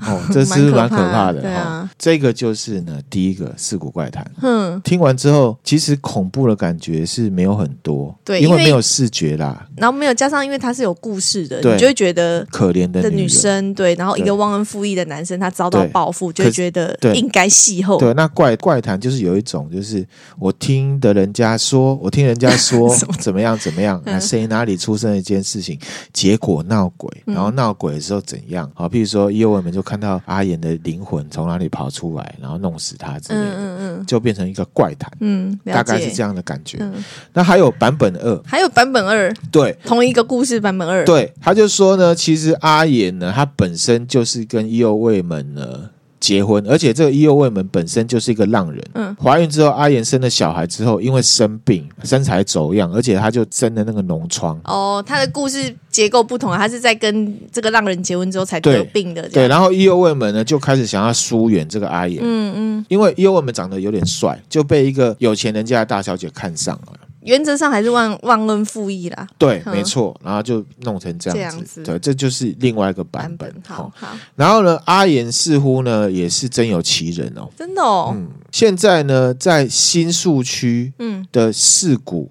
Speaker 1: 哦，这是蛮
Speaker 2: 蛮
Speaker 1: 可
Speaker 2: 可
Speaker 1: 怕
Speaker 2: 怕
Speaker 1: 的。
Speaker 2: 对啊
Speaker 1: 哦，这个就是呢，第一个四股怪谈。
Speaker 2: 哼，
Speaker 1: 听完之后，其实恐怖的感觉是没有很多，
Speaker 2: 对
Speaker 1: 因
Speaker 2: 因
Speaker 1: 为
Speaker 2: 为
Speaker 1: 没有视觉啦，
Speaker 2: 然后没有加上，因为它是有故事的，
Speaker 1: 对
Speaker 2: 你就会觉得
Speaker 1: 可怜的
Speaker 2: 的
Speaker 1: 女
Speaker 2: 女
Speaker 1: 人。
Speaker 2: 生对，然后一
Speaker 1: 对
Speaker 2: 个忘恩负义的男生，他遭到
Speaker 1: 对
Speaker 2: 报复，就
Speaker 1: 可
Speaker 2: 会
Speaker 1: 是
Speaker 2: 觉得
Speaker 1: 对
Speaker 2: 应该戏后。
Speaker 1: 对，那怪怪谈就是有一种，就是我听的人家说，我听人家说
Speaker 2: 什么
Speaker 1: 怎么样怎么样，啊，
Speaker 2: 嗯
Speaker 1: 谁哪里出生一件事情，结果闹鬼，然后闹鬼的时候怎样？好，譬如说叶问们就看到阿岩的灵魂从哪里跑出来，然后弄死他之类
Speaker 2: 嗯
Speaker 1: 的，
Speaker 2: 嗯嗯
Speaker 1: 就变成一个怪谈，
Speaker 2: 嗯，了
Speaker 1: 大
Speaker 2: 解。
Speaker 1: 概是这样的感觉。
Speaker 2: 嗯
Speaker 1: 那还有版本二，
Speaker 2: 还有版本二，
Speaker 1: 对，
Speaker 2: 同一个故事版本二。，
Speaker 1: 对，他就说呢，其实阿衍呢，他本身就是跟伊右卫门呢结婚，而且这个伊右卫门本身就是一个浪人。
Speaker 2: 嗯，
Speaker 1: 怀孕之后，阿衍生了小孩之后，因为生病，身材走样，而且他就生了那个脓疮。
Speaker 2: 哦，他的故事结构不同，他是在跟这个浪人结婚之后才
Speaker 1: 对
Speaker 2: 得病的。这
Speaker 1: 对，
Speaker 2: 样，
Speaker 1: 然后伊右卫门呢就开始想要疏远这个阿衍，
Speaker 2: 嗯嗯，
Speaker 1: 因为伊右卫门长得有点帅，就被一个有钱人家的大小姐看上了。
Speaker 2: 原则上还是忘忘恩负义啦。
Speaker 1: 对，
Speaker 2: 嗯
Speaker 1: 没错，然后就弄成这
Speaker 2: 这
Speaker 1: 样
Speaker 2: 样
Speaker 1: 子。
Speaker 2: 子
Speaker 1: 对，这就是另外一个版
Speaker 2: 版
Speaker 1: 本。
Speaker 2: 本好
Speaker 1: 哦
Speaker 2: 好，
Speaker 1: 然后呢，阿衍似乎呢也是真有其人哦。
Speaker 2: 真的哦，
Speaker 1: 现在呢，在新宿区
Speaker 2: 嗯
Speaker 1: 的市谷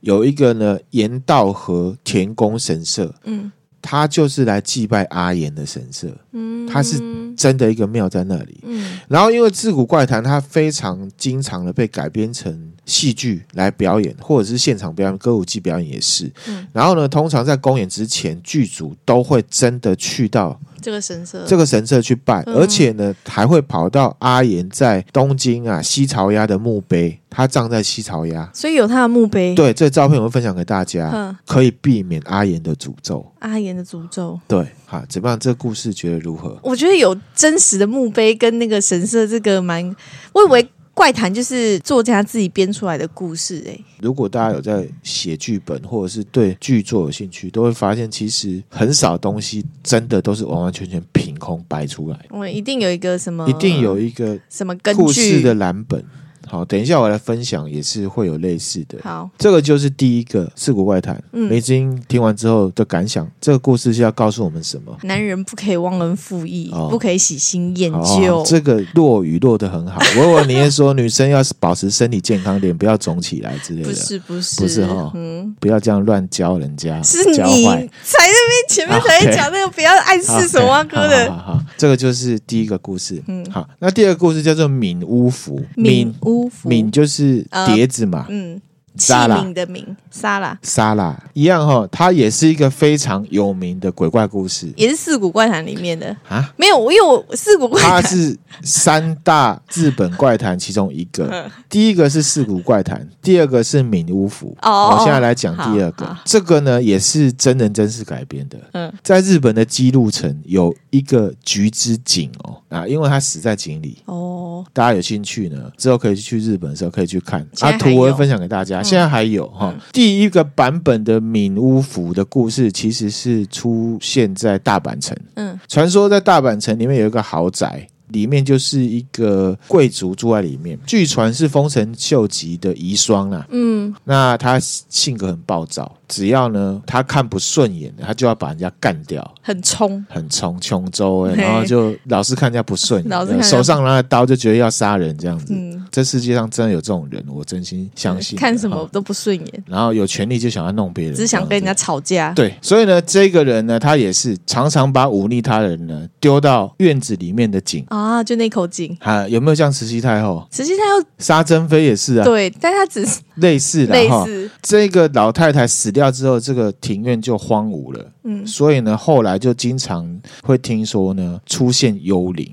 Speaker 1: 有一个呢盐道河田宫神社，
Speaker 2: 嗯
Speaker 1: 它就是来祭拜阿岩的神社，
Speaker 2: 嗯，
Speaker 1: 它是真的一个庙在那里。
Speaker 2: 嗯
Speaker 1: 然后，因为《自古怪谈》它非常经常的被改编成戏剧来表演，或者是现场表演、歌舞伎表演也是。
Speaker 2: 嗯
Speaker 1: 然后呢，通常在公演之前，剧组都会真的去到
Speaker 2: 这个神社，
Speaker 1: 这个神社去拜，
Speaker 2: 嗯
Speaker 1: 而且呢，还会跑到阿岩在东京啊西朝鸭的墓碑，他葬在西朝鸭。
Speaker 2: 所以有他的墓碑。，
Speaker 1: 对，啊这照片我会分享给大家，
Speaker 2: 嗯，
Speaker 1: 可以避免阿岩的诅咒。
Speaker 2: 阿岩的诅咒。
Speaker 1: 对，好，怎么样？这故事觉得如何？
Speaker 2: 我觉得有真实的墓碑跟那个神社，这个蛮，我以为怪谈就是作家自己编出来的故事、欸，
Speaker 1: 如果大家有在写剧本，或者是对剧作有兴趣，都会发现其实很少东西真的都是完完全全凭空掰出来的，
Speaker 2: 我一定有一个什么，
Speaker 1: 一定有一个
Speaker 2: 什么嗯根
Speaker 1: 故事
Speaker 2: 据
Speaker 1: 的蓝本。好，等一下我来分享，也是会有类似的。
Speaker 2: 好，
Speaker 1: 这个就是第一个四股怪谈。
Speaker 2: 嗯
Speaker 1: 梅金听完之后的感想，这个故事是要告诉我们什么？
Speaker 2: 男人不可以忘恩负义，
Speaker 1: 哦
Speaker 2: 不可以喜新厌旧。
Speaker 1: 哦，这个落雨落得很好。我以为你会说女生要保持身体健康，脸不要肿起来之类
Speaker 2: 不
Speaker 1: 的，
Speaker 2: 是不是
Speaker 1: 不是哈
Speaker 2: 嗯，
Speaker 1: 不要这样乱教人家，
Speaker 2: 是你
Speaker 1: 教坏。
Speaker 2: 才那边前面才在讲那个不要暗示什么歌
Speaker 1: 啊好
Speaker 2: 的
Speaker 1: 好好好这个就是第一个故事。
Speaker 2: 嗯
Speaker 1: 好，那第二个故事叫做敏屋符，
Speaker 2: 敏屋符，
Speaker 1: 敏就是碟子嘛，
Speaker 2: 嗯，器
Speaker 1: 沙拉
Speaker 2: 皿的皿，沙拉
Speaker 1: 沙拉一样哈、它也是一个非常有名的鬼怪故事
Speaker 2: 也是四股怪谈里面的。
Speaker 1: 啊。
Speaker 2: 没有，我因为我四股怪
Speaker 1: 它
Speaker 2: 谈
Speaker 1: 是三大日本怪谈其中一
Speaker 2: 嗯
Speaker 1: 个，第一个是四谷怪谈，第二个是敏屋符。
Speaker 2: 哦
Speaker 1: 我现在来讲第二个
Speaker 2: 好好，
Speaker 1: 这个呢也是真人真事改编的。
Speaker 2: 嗯
Speaker 1: 在日本的姬路城有一个菊之井哦啊，因为他死在井里。
Speaker 2: 哦，
Speaker 1: 大家有兴趣呢，之后可以去日本的时候可以去看
Speaker 2: 现
Speaker 1: 啊，
Speaker 2: 在还
Speaker 1: 图文
Speaker 2: 有嗯
Speaker 1: 分享给大家。现在还有哈、第一个版本的敏屋符的故事其实是出现在大阪城。
Speaker 2: 嗯
Speaker 1: 传说在大阪城里面有一个豪宅，里面就是一个贵族住在里面。据传是丰臣秀吉的遗孀啦、
Speaker 2: 嗯，
Speaker 1: 那他性格很暴躁，只要呢他看不顺眼，他就要把人家干掉。
Speaker 2: 很冲，
Speaker 1: 很穷穷州 哎、
Speaker 2: 嘿
Speaker 1: 然后就老是看人家不顺眼，呃
Speaker 2: 老是看人家
Speaker 1: 手上拿着刀就觉得要杀人这样子。
Speaker 2: 嗯
Speaker 1: 这世界上真的有这种人，我真心相信。
Speaker 2: 看什么
Speaker 1: 哈？
Speaker 2: 都不顺眼，
Speaker 1: 然后有权利就想要弄别人，
Speaker 2: 只想跟人
Speaker 1: 这样子
Speaker 2: 家吵架。
Speaker 1: 对，所以呢，这个人呢，他也是常常把忤逆他人呢丢到院子里面的井。
Speaker 2: 啊，就那口井。
Speaker 1: 啊，有没有像慈禧太后、
Speaker 2: 实际他要
Speaker 1: 沙珍妃也是啊，
Speaker 2: 对，但他只是
Speaker 1: 类似的
Speaker 2: 类
Speaker 1: 哈。
Speaker 2: 似，
Speaker 1: 这个老太太死掉之后，这个庭院就荒芜了，
Speaker 2: 嗯
Speaker 1: 所以呢，后来就经常会听说呢出现幽灵。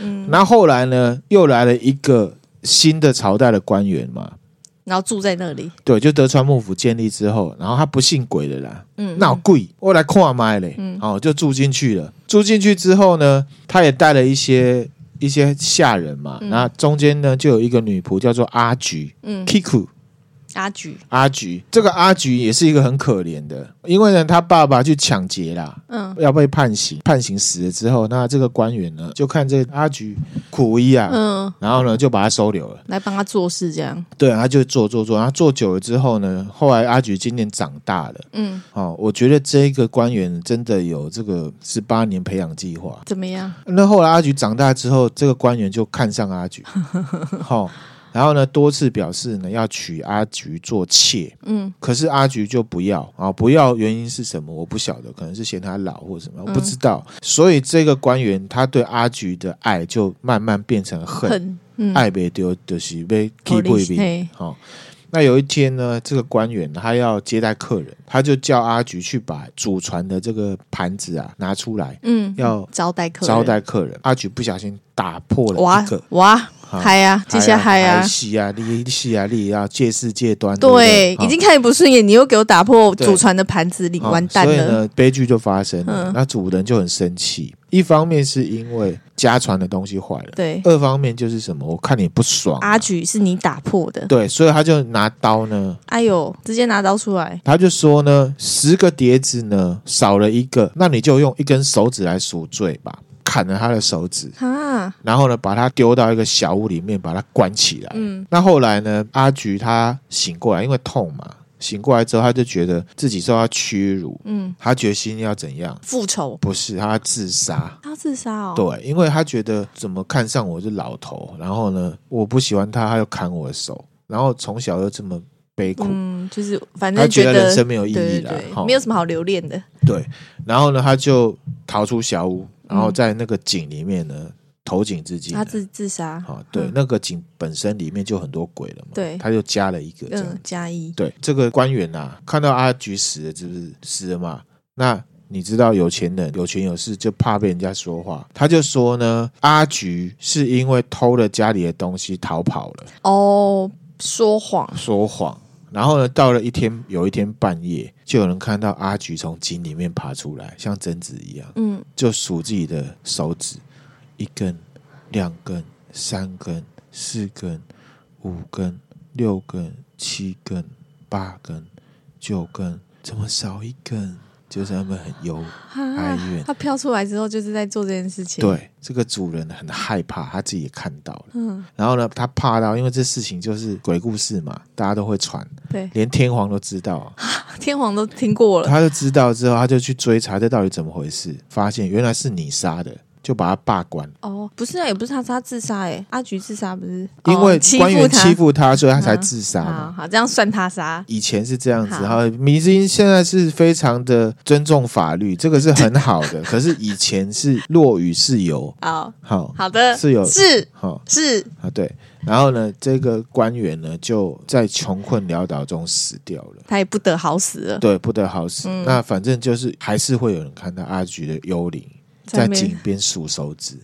Speaker 2: 嗯，
Speaker 1: 那后来呢，又来了一个新的朝代的官员嘛，
Speaker 2: 然后住在那里，
Speaker 1: 对，就德川幕府建立之后，然后他不信鬼的啦，
Speaker 2: 嗯，
Speaker 1: 闹鬼，我来看麦嘞，
Speaker 2: 嗯
Speaker 1: 哦，就住进去了。住进去之后呢，他也带了一些一些下人嘛，
Speaker 2: 嗯
Speaker 1: 那中间呢就有一个女仆叫做阿菊
Speaker 2: 嗯
Speaker 1: Kiku，
Speaker 2: 阿菊，
Speaker 1: 阿菊，这个阿菊也是一个很可怜的，因为呢，他爸爸去抢劫啦，
Speaker 2: 嗯
Speaker 1: 要被判刑，判刑死了之后，那这个官员呢，就看这个阿菊苦役啊，
Speaker 2: 嗯，
Speaker 1: 然后呢，就把他收留了。
Speaker 2: 来帮他做事这样，
Speaker 1: 对，他就做做做，然后做久了之后呢，后来阿菊今年长大了，
Speaker 2: 嗯，
Speaker 1: 哦，我觉得这个官员真的有这个十八年培养计划。
Speaker 2: 怎么样？
Speaker 1: 那后来阿菊长大之后，这个官员就看上阿 菊，好、然后呢多次表示呢要娶阿菊做妾，
Speaker 2: 嗯，
Speaker 1: 可是阿菊就不要啊，不要原因是什么我不晓得，可能是嫌她老或什么，我不
Speaker 2: 嗯
Speaker 1: 知道。所以这个官员他对阿菊的爱就慢慢变成恨，
Speaker 2: 很，嗯，
Speaker 1: 爱被丢就是被 keep
Speaker 2: 好
Speaker 1: 不
Speaker 2: 理
Speaker 1: 平
Speaker 2: 嘿。
Speaker 1: 好、那有一天呢，这个官员他要接待客人，他就叫阿菊去把祖传的这个盘子啊拿出来，
Speaker 2: 嗯，
Speaker 1: 要
Speaker 2: 招待客人，
Speaker 1: 招待客人。阿菊不小心打破了
Speaker 2: 哇
Speaker 1: 一个。哎
Speaker 2: 哇，嗨呀，这下嗨呀，
Speaker 1: 西啊，利西啊，利啊，借势借端，不
Speaker 2: 对，
Speaker 1: 好
Speaker 2: 已经看你不顺眼，你又给我打破
Speaker 1: 对
Speaker 2: 祖传的盘子里，
Speaker 1: 好
Speaker 2: 完蛋
Speaker 1: 所以
Speaker 2: 了，
Speaker 1: 呢，悲剧就发生了。
Speaker 2: 嗯
Speaker 1: 那主人就很生气，一方面是因为家传的东西坏了，
Speaker 2: 对，
Speaker 1: 二方面就是什么，我看你不爽啊、
Speaker 2: 阿菊是你打破的，
Speaker 1: 对，所以他就拿刀呢，
Speaker 2: 哎呦，直接拿刀出来，
Speaker 1: 他就说呢，十个碟子呢少了一个，那你就用一根手指来赎罪吧，砍了他的手指，
Speaker 2: 哈，
Speaker 1: 然后呢把他丢到一个小屋里面，把他关起来。
Speaker 2: 嗯
Speaker 1: 那后来呢，阿菊他醒过来，因为痛嘛，醒过来之后他就觉得自己受到屈辱，
Speaker 2: 嗯，
Speaker 1: 他决心要怎样？
Speaker 2: 复仇，
Speaker 1: 不是他自杀。
Speaker 2: 他自杀哦，
Speaker 1: 对，因为他觉得怎么看上我是老头，然后呢，我不喜欢他，他又砍我的手，然后从小又这么悲苦，
Speaker 2: 嗯，就是反
Speaker 1: 他
Speaker 2: 正
Speaker 1: 觉
Speaker 2: 觉
Speaker 1: 得
Speaker 2: 得
Speaker 1: 人生没有意
Speaker 2: 对
Speaker 1: 义
Speaker 2: 对
Speaker 1: 啦，
Speaker 2: 对，
Speaker 1: 齁
Speaker 2: 没有什么好留恋的，
Speaker 1: 对，然后呢，他就逃出小屋，然后在那个井里面呢，投井自尽了。
Speaker 2: 他自自杀，
Speaker 1: 好、对，
Speaker 2: 嗯
Speaker 1: 那个井本身里面就很多鬼了嘛，
Speaker 2: 对
Speaker 1: 他就加了一个这样。
Speaker 2: 嗯，加一，
Speaker 1: 对，这个官员啊，看到阿菊死了，是不是死了嘛？那你知道有钱人有权有势，就怕被人家说话，他就说呢，阿菊是因为偷了家里的东西逃跑了，
Speaker 2: 哦，说谎，
Speaker 1: 说谎。然后呢，到了一天，有一天半夜，就有人看到阿菊从井里面爬出来，像贞子一样。
Speaker 2: 嗯，
Speaker 1: 就数自己的手指，一根、两根、三根、四根、五根、六根、七根、八根、九根，怎么少一根？就是他们很忧哀
Speaker 2: 哈，
Speaker 1: 怨。
Speaker 2: 他飘出来之后就是在做这件事情，，
Speaker 1: 哎对，这个主人很害怕，他自己也看到了。
Speaker 2: 嗯，
Speaker 1: 然后呢，他怕到，因为这事情就是鬼故事嘛，大家都会传，
Speaker 2: 对，
Speaker 1: 连天皇都知道。
Speaker 2: 天皇都听过了，
Speaker 1: 他就知道之后，他就去追查这到底怎么回事，发现原来是你杀的，就把他罢官。
Speaker 2: 哦，不是啊，也不是他，他自杀哎、阿菊自杀不是？
Speaker 1: 因为
Speaker 2: 哦欺
Speaker 1: 官
Speaker 2: 负
Speaker 1: 员
Speaker 2: 他，
Speaker 1: 欺负他，所以他才自杀
Speaker 2: 好
Speaker 1: 嘛。
Speaker 2: 好这样算他杀。
Speaker 1: 以前是这样子，
Speaker 2: 好
Speaker 1: 哈，迷津现在是非常的尊重法律，这个是很好的。 可是以前是落雨是由，
Speaker 2: 好
Speaker 1: 好，
Speaker 2: 好的，
Speaker 1: 是有
Speaker 2: 是
Speaker 1: 好
Speaker 2: 是，
Speaker 1: 啊，对。然后呢，这个官员呢就在穷困潦倒中死掉了，
Speaker 2: 他也不得好死了，
Speaker 1: 对，不得好死。
Speaker 2: 呃嗯
Speaker 1: 那反正就是还是会有人看到阿菊的幽灵在
Speaker 2: 在那边
Speaker 1: 井边数手指，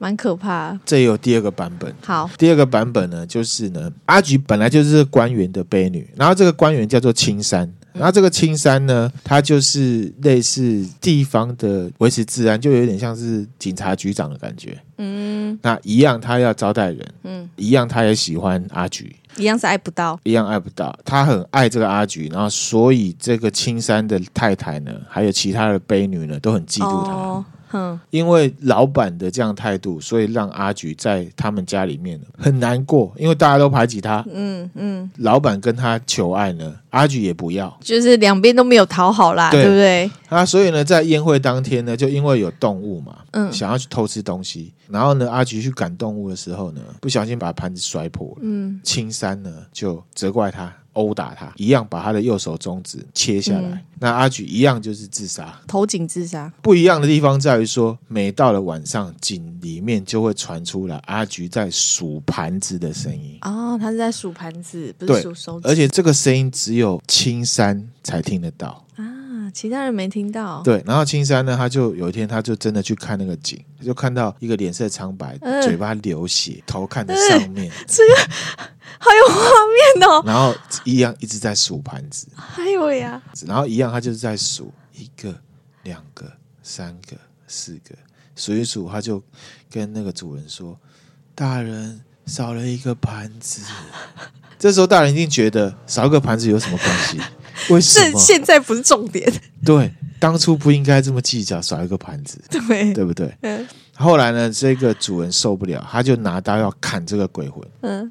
Speaker 2: 蛮可怕。
Speaker 1: 这也有第二个版本。
Speaker 2: 好，
Speaker 1: 第二个版本呢，就是呢，阿菊本来就是官员的悲女，然后这个官员叫做青山，
Speaker 2: 嗯
Speaker 1: 然后这个青山呢，他就是类似地方的维持治安，就有点像是警察局长的感觉。
Speaker 2: 嗯
Speaker 1: 那一样，他要招待人，
Speaker 2: 嗯，
Speaker 1: 一样他也喜欢阿菊，
Speaker 2: 一样是爱不到，
Speaker 1: 一样爱不到，他很爱这个阿菊，然后所以这个青山的太太呢，还有其他的悲女呢，都很嫉妒他。
Speaker 2: 哦，哼，
Speaker 1: 因为老板的这样态度，所以让阿菊在他们家里面呢很难过，因为大家都排挤他。
Speaker 2: 嗯嗯，
Speaker 1: 老板跟他求爱呢，阿菊也不要
Speaker 2: 就是两边都没有讨好啦，
Speaker 1: 对
Speaker 2: 对不对？
Speaker 1: 啊，所以呢，在宴会当天呢，就因为有动物嘛，
Speaker 2: 嗯
Speaker 1: 想要去偷吃东西，然后呢，阿菊去赶动物的时候呢，不小心把盘子摔破了。
Speaker 2: 嗯
Speaker 1: 青山呢就责怪他，殴打他，一样把他的右手中指切下来。
Speaker 2: 嗯
Speaker 1: 那阿菊一样就是自杀。
Speaker 2: 投井自杀，
Speaker 1: 不一样的地方在于说，每到了晚上，井里面就会传出来阿菊在数盘子的声音，
Speaker 2: 哦，他是在数盘子，不
Speaker 1: 对
Speaker 2: 是数手指，
Speaker 1: 而且这个声音只有青山才听得到。
Speaker 2: 啊，其他人没听到，
Speaker 1: 对，然后青山呢，他就有一天，他就真的去看那个井，就看到一个脸色苍白、
Speaker 2: 嗯
Speaker 1: 嘴巴流血、头看着上面，
Speaker 2: 好有画面哦，
Speaker 1: 然后一样一直在数盘子，
Speaker 2: 哎呦呀，
Speaker 1: 然后一样他就是在数一个、两个、三个、四个，数一数，他就跟那个主人说：“大人少了一个盘子。” 这时候大人一定觉得少一个盘子有什么关系？为什
Speaker 2: 这
Speaker 1: 么？
Speaker 2: 现在不是重点，
Speaker 1: 对，当初不应该这么计较少一个盘子，
Speaker 2: 对，
Speaker 1: 对不对？
Speaker 2: 嗯
Speaker 1: 后来呢，这个主人受不了，他就拿刀要砍这个鬼魂，
Speaker 2: 嗯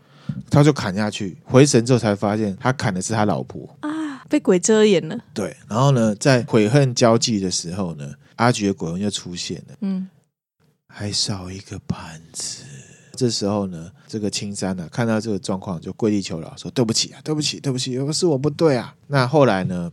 Speaker 1: 他就砍下去。回神之后才发现，他砍的是他老婆。
Speaker 2: 啊，被鬼遮眼了，
Speaker 1: 对，然后呢，在悔恨交际的时候呢，阿菊的鬼魂又出现了，
Speaker 2: 嗯，
Speaker 1: 还少一个盘子。这时候呢，这个青山呢、啊看到这个状况就跪地求饶，说：“对不起啊，对不起，对不起，是我不对啊。”那后来呢，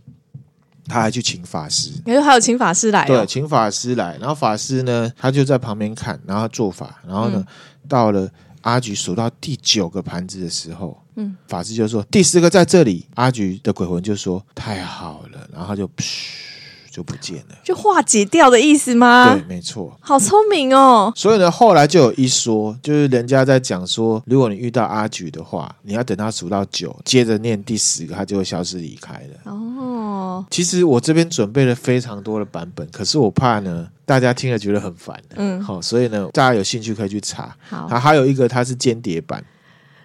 Speaker 1: 他还去请法师，
Speaker 2: 然后还有请法师来
Speaker 1: 对，
Speaker 2: 哦，
Speaker 1: 请法师来，然后法师呢，他就在旁边看，然后做法，然后
Speaker 2: 嗯
Speaker 1: 呢，到了阿菊数到第九个盘子的时候，
Speaker 2: 嗯，
Speaker 1: 法师就说第十个在这里，阿菊的鬼魂就说太好了，然后他就噗就不见了，
Speaker 2: 就化解掉的意思吗
Speaker 1: 对，？没错。
Speaker 2: 好聪明哦，
Speaker 1: 所以呢，后来就有一说，就是人家在讲说，如果你遇到阿菊的话，你要等他数到九，接着念第十个，他就会消失离开了。
Speaker 2: 哦，
Speaker 1: 其实我这边准备了非常多的版本，可是我怕呢，大家听了觉得很烦。啊
Speaker 2: 嗯
Speaker 1: 好、所以呢，大家有兴趣可以去查。
Speaker 2: 好
Speaker 1: 啊，还有一个它是间谍版，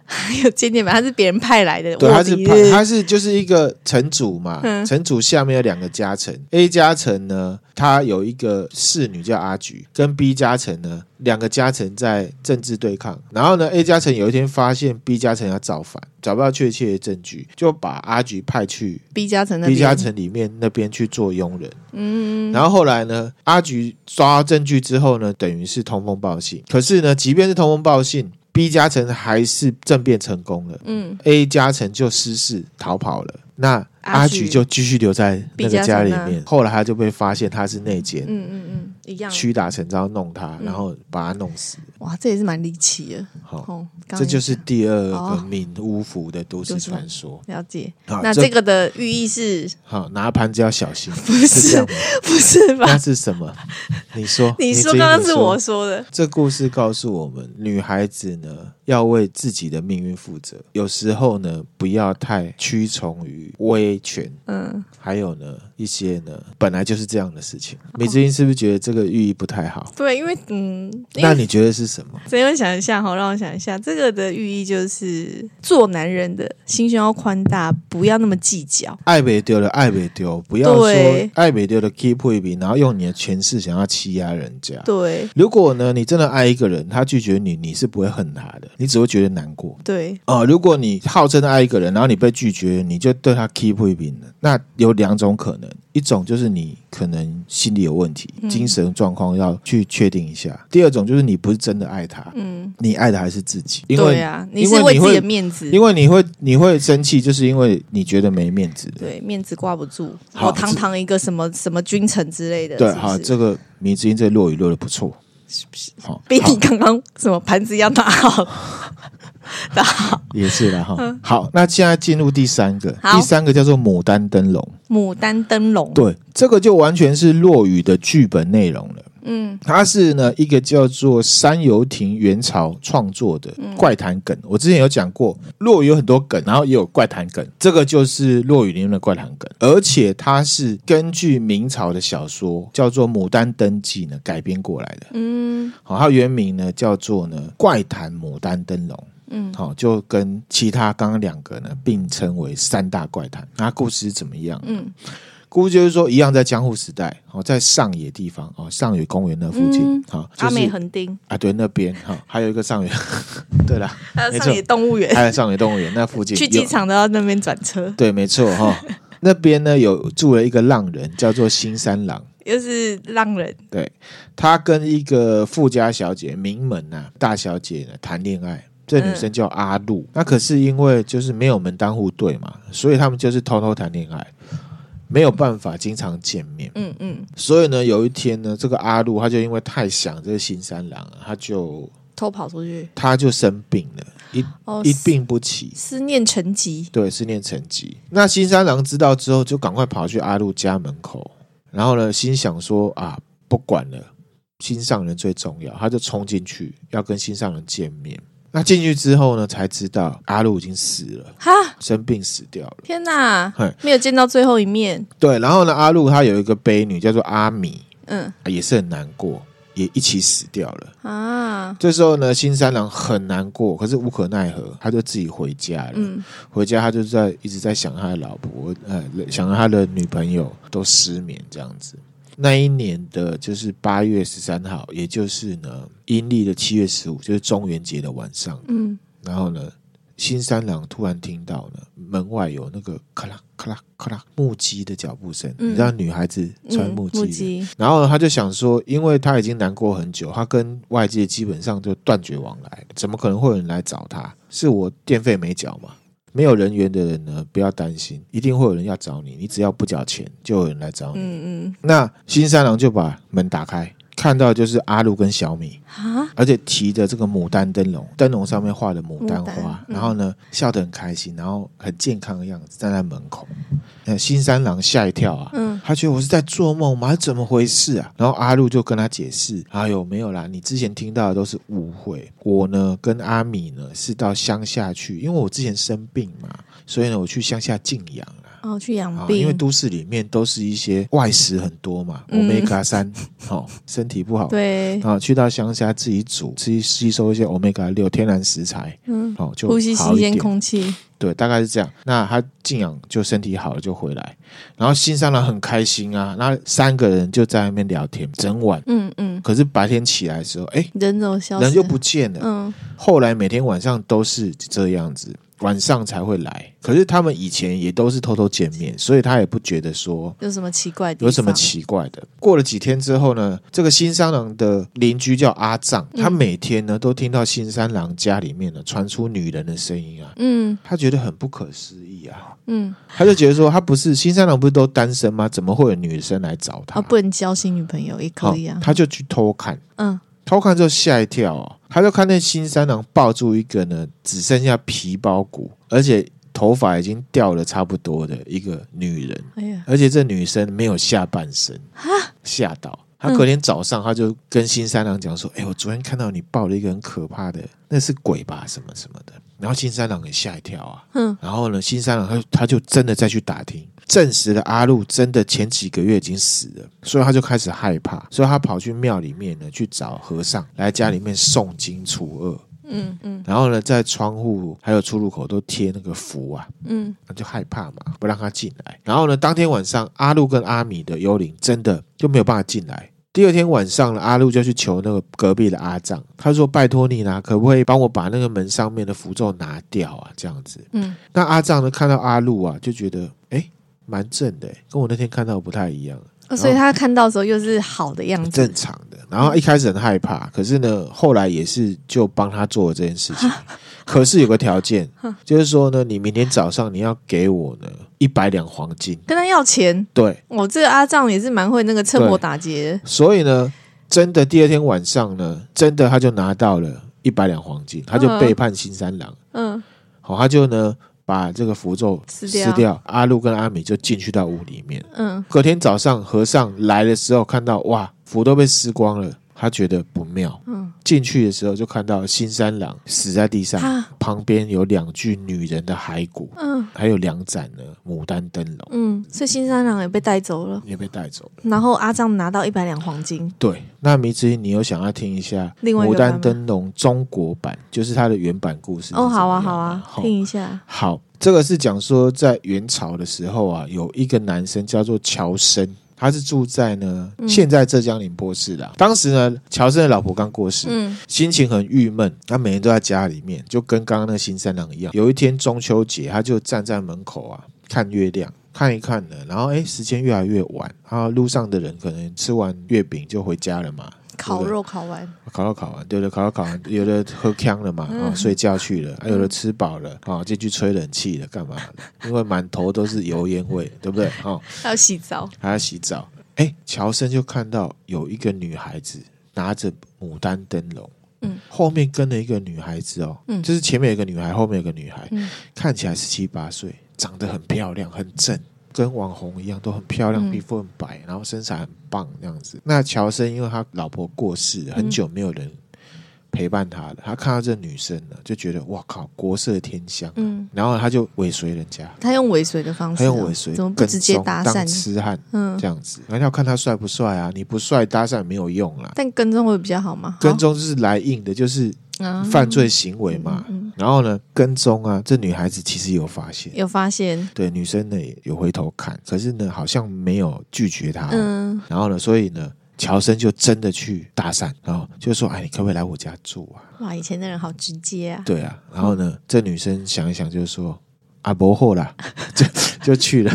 Speaker 2: 还有间谍版，他是别人派来的，
Speaker 1: 对，
Speaker 2: 卧
Speaker 1: 它是
Speaker 2: 底
Speaker 1: 派，它是就是一个城主嘛，
Speaker 2: 嗯
Speaker 1: 城主下面有两个家臣，A 家臣呢，他有一个侍女叫阿菊，跟 B 家臣呢，两个家臣在政治对抗。然后呢，A 家臣有一天发现 B 家臣要造反，找不到确切的证据，就把阿菊派去
Speaker 2: B 加成那
Speaker 1: B
Speaker 2: 边
Speaker 1: 加，城里面那边去做佣人。嗯，然后后来呢，阿菊抓到证据之后呢，等于是通风报信。可是呢，即便是通风报信，B 加城还是政变成功了。
Speaker 2: 嗯
Speaker 1: A 加城就失势逃跑了。那
Speaker 2: 阿
Speaker 1: 阿
Speaker 2: 菊
Speaker 1: 菊就继续留在那
Speaker 2: B
Speaker 1: 个
Speaker 2: 加
Speaker 1: 家
Speaker 2: 城
Speaker 1: 里
Speaker 2: 啊
Speaker 1: 面，后来他就被发现他是内奸，
Speaker 2: 嗯嗯嗯，一样，
Speaker 1: 屈打成招弄他，然后把他弄死。
Speaker 2: 哇，这也是蛮离奇的，
Speaker 1: 好、
Speaker 2: 哦，刚刚
Speaker 1: 这就是第二个
Speaker 2: 哦
Speaker 1: 闽乌府的都市
Speaker 2: 都市传
Speaker 1: 传说。
Speaker 2: 了解。
Speaker 1: 好
Speaker 2: 那这个的寓意是
Speaker 1: 好拿盘子要小 心，不
Speaker 2: 是
Speaker 1: 这样吗？
Speaker 2: 不是吧？
Speaker 1: 那是什 么？你说，
Speaker 2: 你说
Speaker 1: 自己
Speaker 2: 刚刚是
Speaker 1: 说
Speaker 2: 我。说的，
Speaker 1: 这故事告诉我们，女孩子呢要为自己的命运负责，有时候呢不要太屈从于威权，
Speaker 2: 嗯，
Speaker 1: 还有呢一些呢本来就是这样的事情。
Speaker 2: 哦
Speaker 1: 梅子英是不是觉得这个寓意不太好？
Speaker 2: 对，因为嗯，因
Speaker 1: 那
Speaker 2: 为
Speaker 1: 你觉得是什么？
Speaker 2: 所以我想一下哈，让我想一下，这个的寓意就是做男人的心胸要宽大，不要那么计较。
Speaker 1: 爱北丢了，爱北丢，不要说
Speaker 2: 对
Speaker 1: 爱北丢了 keep 一笔，然后用你的权势想要欺压人家。
Speaker 2: 对
Speaker 1: 如果呢，你真的爱一个人，他拒绝你，你是不会恨他的，你只会觉得难过。
Speaker 2: 对，
Speaker 1: 哦，如果你号称爱一个人，然后你被拒绝，你就对他 keep 一平了。那有两种可能，一种就是你可能心理有问题，
Speaker 2: 嗯
Speaker 1: 精神状况要去确定一下；第二种就是你不是真的爱他，
Speaker 2: 嗯，
Speaker 1: 你爱的还是自己，因
Speaker 2: 对
Speaker 1: 为、
Speaker 2: 啊，
Speaker 1: 因
Speaker 2: 是
Speaker 1: 为
Speaker 2: 为
Speaker 1: 你
Speaker 2: 自己
Speaker 1: 会
Speaker 2: 的面子，
Speaker 1: 因为你会你会生气，就是因为你觉得没面子的。
Speaker 2: 对面子挂不住，
Speaker 1: 好
Speaker 2: 我堂堂一个什么什么君臣之类的，
Speaker 1: 对，
Speaker 2: 是不
Speaker 1: 好，
Speaker 2: 是
Speaker 1: 这个迷之音这落雨落的不错，是不是？ 好，
Speaker 2: 比
Speaker 1: 好
Speaker 2: 你刚刚什么盘子一样 大好，大好。
Speaker 1: 也是了哈。好，那现在进入第三个，
Speaker 2: 嗯好
Speaker 1: 第三个叫做牡丹灯笼。
Speaker 2: 牡丹灯笼，
Speaker 1: 对，这个就完全是落雨的剧本内容了。
Speaker 2: 嗯，
Speaker 1: 它是呢一个叫做山游亭元朝创作的怪谈梗，我之前有讲过，落雨有很多梗，然后也有怪谈梗，这个就是落雨里面的怪谈梗，而且它是根据明朝的小说叫做《牡丹灯记》呢改编过来的。
Speaker 2: 嗯
Speaker 1: 好、它原名呢叫做呢怪谈牡丹灯笼。
Speaker 2: 嗯，
Speaker 1: 好、就跟其他刚刚两个呢并称为三大怪谈。那故事是怎么样？
Speaker 2: 嗯，
Speaker 1: 估计就是说一样在江户时代，哦，在上野地方，哦，上野公园那附近
Speaker 2: 嗯，
Speaker 1: 好、就是、
Speaker 2: 阿美横丁，
Speaker 1: 啊，对，那边哈、还有一个上野， 对啦，
Speaker 2: 还有
Speaker 1: 没
Speaker 2: 上
Speaker 1: 错
Speaker 2: 野动物园，
Speaker 1: 还有上野动物园那附近，
Speaker 2: 去机
Speaker 1: 有，
Speaker 2: 场都要那边转车，
Speaker 1: 对，没错哈、那边呢有住了一个浪人，叫做新三郎。
Speaker 2: 又是浪人，
Speaker 1: 对他跟一个富家小姐、名门呐、大小姐呢谈恋爱。这女生叫阿露，那可是因为就是没有门当户对嘛，所以他们就是偷偷谈恋爱，没有办法经常见面。
Speaker 2: 嗯嗯，
Speaker 1: 所以呢，有一天呢，这个阿露他就因为太想这个新三郎啊，他就
Speaker 2: 偷跑出去，
Speaker 1: 他就生病了，一、
Speaker 2: 哦，
Speaker 1: 一病不起，
Speaker 2: 思念成疾，
Speaker 1: 对，思念成疾。那新三郎知道之后，就赶快跑去阿路家门口，然后呢，心想说啊，不管了，心上人最重要，他就冲进去要跟心上人见面。那进去之后呢，才知道阿路已经死了，
Speaker 2: 哈，
Speaker 1: 生病死掉了。
Speaker 2: 天哪
Speaker 1: 嘿，
Speaker 2: 没有见到最后一面，
Speaker 1: 对，然后呢，阿路他有一个悲女叫做阿米，
Speaker 2: 嗯
Speaker 1: 也是很难过。也一起死掉了。
Speaker 2: 啊，
Speaker 1: 这时候呢，新三郎很难过，可是无可奈何，他就自己回家了。
Speaker 2: 嗯，
Speaker 1: 回家他就在一直在想他的老婆，呃，想他的女朋友都失眠这样子。那一年的就是八月十三号，也就是呢阴历的七月十五，就是中元节的晚上。
Speaker 2: 嗯，
Speaker 1: 然后呢，新三郎突然听到呢门外有那个咔啦咔啦咔啦木屐的脚步声，
Speaker 2: 嗯
Speaker 1: 你知道女孩子穿
Speaker 2: 嗯
Speaker 1: 木屐
Speaker 2: 木
Speaker 1: 的。
Speaker 2: 屐，
Speaker 1: 然后呢，他就想说，因为他已经难过很久，他跟外界基本上就断绝往来，怎么可能会有人来找他？是我电费没缴嘛？没有人员的人呢，不要担心，一定会有人要找你，你只要不缴钱，就有人来找你。
Speaker 2: 嗯
Speaker 1: 那新三郎就把门打开，看到就是阿路跟小米，
Speaker 2: 嗯，啊，
Speaker 1: 而且提着这个牡丹灯笼，灯笼上面画的牡丹
Speaker 2: 牡丹
Speaker 1: 花，
Speaker 2: 嗯
Speaker 1: 然后呢笑得很开心，然后很健康的样子站在门口。那新三郎吓一跳啊，
Speaker 2: 嗯
Speaker 1: 他觉得我是在做梦吗？怎么回事啊？然后阿路就跟他解释：“哎呦，没有啦，你之前听到的都是误会。我呢跟阿米呢是到乡下去，因为我之前生病嘛，所以呢我去乡下静养啦。”
Speaker 2: 哦，去
Speaker 1: 啊
Speaker 2: 养，
Speaker 1: 因为
Speaker 2: 病，
Speaker 1: 都市里面都是一些外食很多嘛，欧
Speaker 2: 嗯
Speaker 1: 米伽三， 好身体不好，
Speaker 2: 对，
Speaker 1: 啊，去到乡下自己煮，自己吸收一些 omega 六天然食材，
Speaker 2: 嗯，
Speaker 1: 哦，就
Speaker 2: 呼吸
Speaker 1: 好
Speaker 2: 新
Speaker 1: 一
Speaker 2: 鲜
Speaker 1: 点。
Speaker 2: 空气，
Speaker 1: 对，大概是这样。那他静养就身体好了就回来，然后新三郎很开心啊。那三个人就在那边聊天整晚，
Speaker 2: 嗯嗯，
Speaker 1: 可是白天起来的时候，哎，
Speaker 2: 人怎么消失？
Speaker 1: 人就不见了。
Speaker 2: 嗯
Speaker 1: 后来每天晚上都是这样子，晚上才会来。可是他们以前也都是偷偷见面，所以他也不觉得说
Speaker 2: 有什么奇怪的地方？
Speaker 1: 有什么奇怪的？过了几天之后呢，这个新三郎的邻居叫阿藏，
Speaker 2: 嗯
Speaker 1: 他每天呢都听到新三郎家里面呢传出女人的声音啊，
Speaker 2: 嗯
Speaker 1: 他觉得很不可思议啊，
Speaker 2: 嗯，
Speaker 1: 他就觉得说他不是新三郎不是都单身吗？怎么会有女生来找他？
Speaker 2: 啊，不能交新女朋友也可以啊
Speaker 1: 哦。他就去偷看，
Speaker 2: 嗯，
Speaker 1: 偷看之后吓一跳哦，他就看见新三郎抱住一个呢只剩下皮包骨，而且头发已经掉了差不多的一个女人。
Speaker 2: 哎呀，
Speaker 1: 而且这女生没有下半身，吓到。
Speaker 2: 嗯
Speaker 1: 她隔天早上，她就跟新三郎讲说：“哎、我昨天看到你抱了一个很可怕的，那是鬼吧，什么什么的。”然后新三郎也吓一跳啊。
Speaker 2: 嗯，
Speaker 1: 然后呢，新三郎他他就真的再去打听，证实了阿路真的前几个月已经死了，所以他就开始害怕，所以他跑去庙里面呢去找和尚来家里面诵经除恶。
Speaker 2: 嗯嗯
Speaker 1: 然后呢，在窗户还有出入口都贴那个符啊，
Speaker 2: 嗯，
Speaker 1: 那就害怕嘛，不让他进来。然后呢，当天晚上阿路跟阿米的幽灵真的就没有办法进来。第二天晚上呢，阿路就去求那个隔壁的阿藏，他说：“拜托你啦，可不可以帮我把那个门上面的符咒拿掉啊？”这样子。
Speaker 2: 嗯，
Speaker 1: 那阿藏呢，看到阿路啊，就觉得哎，蛮正的，跟我那天看到的不太一样。
Speaker 2: 哦所以他看到的时候又是好的样子
Speaker 1: 正，常的。然后一开始很害怕，可是呢，后来也是就帮他做了这件事 情。可是有个条件，就是说呢，你明天早上你要给我呢一百两黄金。
Speaker 2: 跟他要钱。
Speaker 1: 对，
Speaker 2: 我、这个阿藏也是蛮会那个趁火打劫，
Speaker 1: 所以呢，真的第二天晚上呢，真的他就拿到了一百两黄金，他就背叛新三郎，
Speaker 2: 嗯，
Speaker 1: 好、他就呢把这个符咒
Speaker 2: 撕掉
Speaker 1: 阿路跟阿米就进去到屋里面。
Speaker 2: 嗯，
Speaker 1: 隔天早上和尚来的时候，看到哇，符都被撕光了，他觉得不妙。
Speaker 2: 嗯，
Speaker 1: 进去的时候就看到新三郎死在地上，
Speaker 2: 啊
Speaker 1: 旁边有两具女人的骸骨，
Speaker 2: 嗯
Speaker 1: 还有两盏呢牡丹灯笼
Speaker 2: 嗯，所以新三郎也被带走了，
Speaker 1: 也被带走了。
Speaker 2: 然后阿藏拿到一百两黄金，
Speaker 1: 对，那迷之音，你有想要听一下
Speaker 2: 另外一
Speaker 1: 牡
Speaker 2: 个版
Speaker 1: 丹
Speaker 2: 吗
Speaker 1: 灯笼中国版，就是它的原版故事是
Speaker 2: 哦，好啊，
Speaker 1: 怎么样
Speaker 2: 好
Speaker 1: 吗
Speaker 2: 啊，
Speaker 1: 好
Speaker 2: 听一下，
Speaker 1: 好，这个是讲说在元朝的时候啊，有一个男生叫做乔生，他是住在呢、现在浙江宁波市的啊。当时呢，乔生的老婆刚过世，
Speaker 2: 嗯
Speaker 1: 心情很郁闷，他每天都在家里面，就跟刚刚那个新三郎一样。有一天中秋节，他就站在门口啊看月亮。看一看呢，然后哎，时间越来越晚，然后路上的人可能吃完月饼就回家了嘛，
Speaker 2: 烤肉烤完，
Speaker 1: 烤肉烤完，啊有的烤肉烤完，有的喝呛了嘛，啊、睡觉去了，啊，有的吃饱了，啊、进去吹冷气了，干嘛的？因为满头都是油烟味，对不对？哦，
Speaker 2: 还有洗澡，
Speaker 1: 还要洗澡。哎，乔生就看到有一个女孩子拿着牡丹灯笼，
Speaker 2: 嗯，
Speaker 1: 后面跟了一个女孩子哦，
Speaker 2: 嗯
Speaker 1: 就是前面有一个女孩，后面有个女孩，
Speaker 2: 嗯
Speaker 1: 看起来十七八岁，长得很漂亮，很正。跟网红一样都很漂亮，
Speaker 2: 嗯
Speaker 1: 皮肤很白，然后身材很棒这样子。那乔生因为他老婆过
Speaker 2: 嗯
Speaker 1: 世，很久没有人陪伴他了，他看到这女生呢，就觉得哇靠，国色天香啊、
Speaker 2: 嗯
Speaker 1: 然后他就尾随人家，
Speaker 2: 他用尾随的方式、
Speaker 1: 他
Speaker 2: 哦，
Speaker 1: 用尾随
Speaker 2: 怎么不
Speaker 1: 跟
Speaker 2: 直接
Speaker 1: 踪
Speaker 2: 搭
Speaker 1: 当
Speaker 2: 讪？
Speaker 1: 痴汉
Speaker 2: 嗯
Speaker 1: 这，样子，那要看他帅不帅啊，你不帅搭讪没有用啦。
Speaker 2: 但跟踪会比较好吗？
Speaker 1: 跟踪就是来硬的，就是
Speaker 2: 好啊
Speaker 1: 犯罪行为嘛。
Speaker 2: 嗯
Speaker 1: 然后呢，跟踪啊，这女孩子其实有发现，
Speaker 2: 有发现，
Speaker 1: 对女生呢也有回头看，可是呢好像没有拒绝他、
Speaker 2: 嗯，
Speaker 1: 然后呢，所以呢，乔生就真的去搭讪，然后就说：“哎，你可不可以来我家住啊
Speaker 2: 哇，以前的人好直接啊？”，
Speaker 1: 对啊，然后呢，这女生想一想就说：“啊，不后啦， 就就去了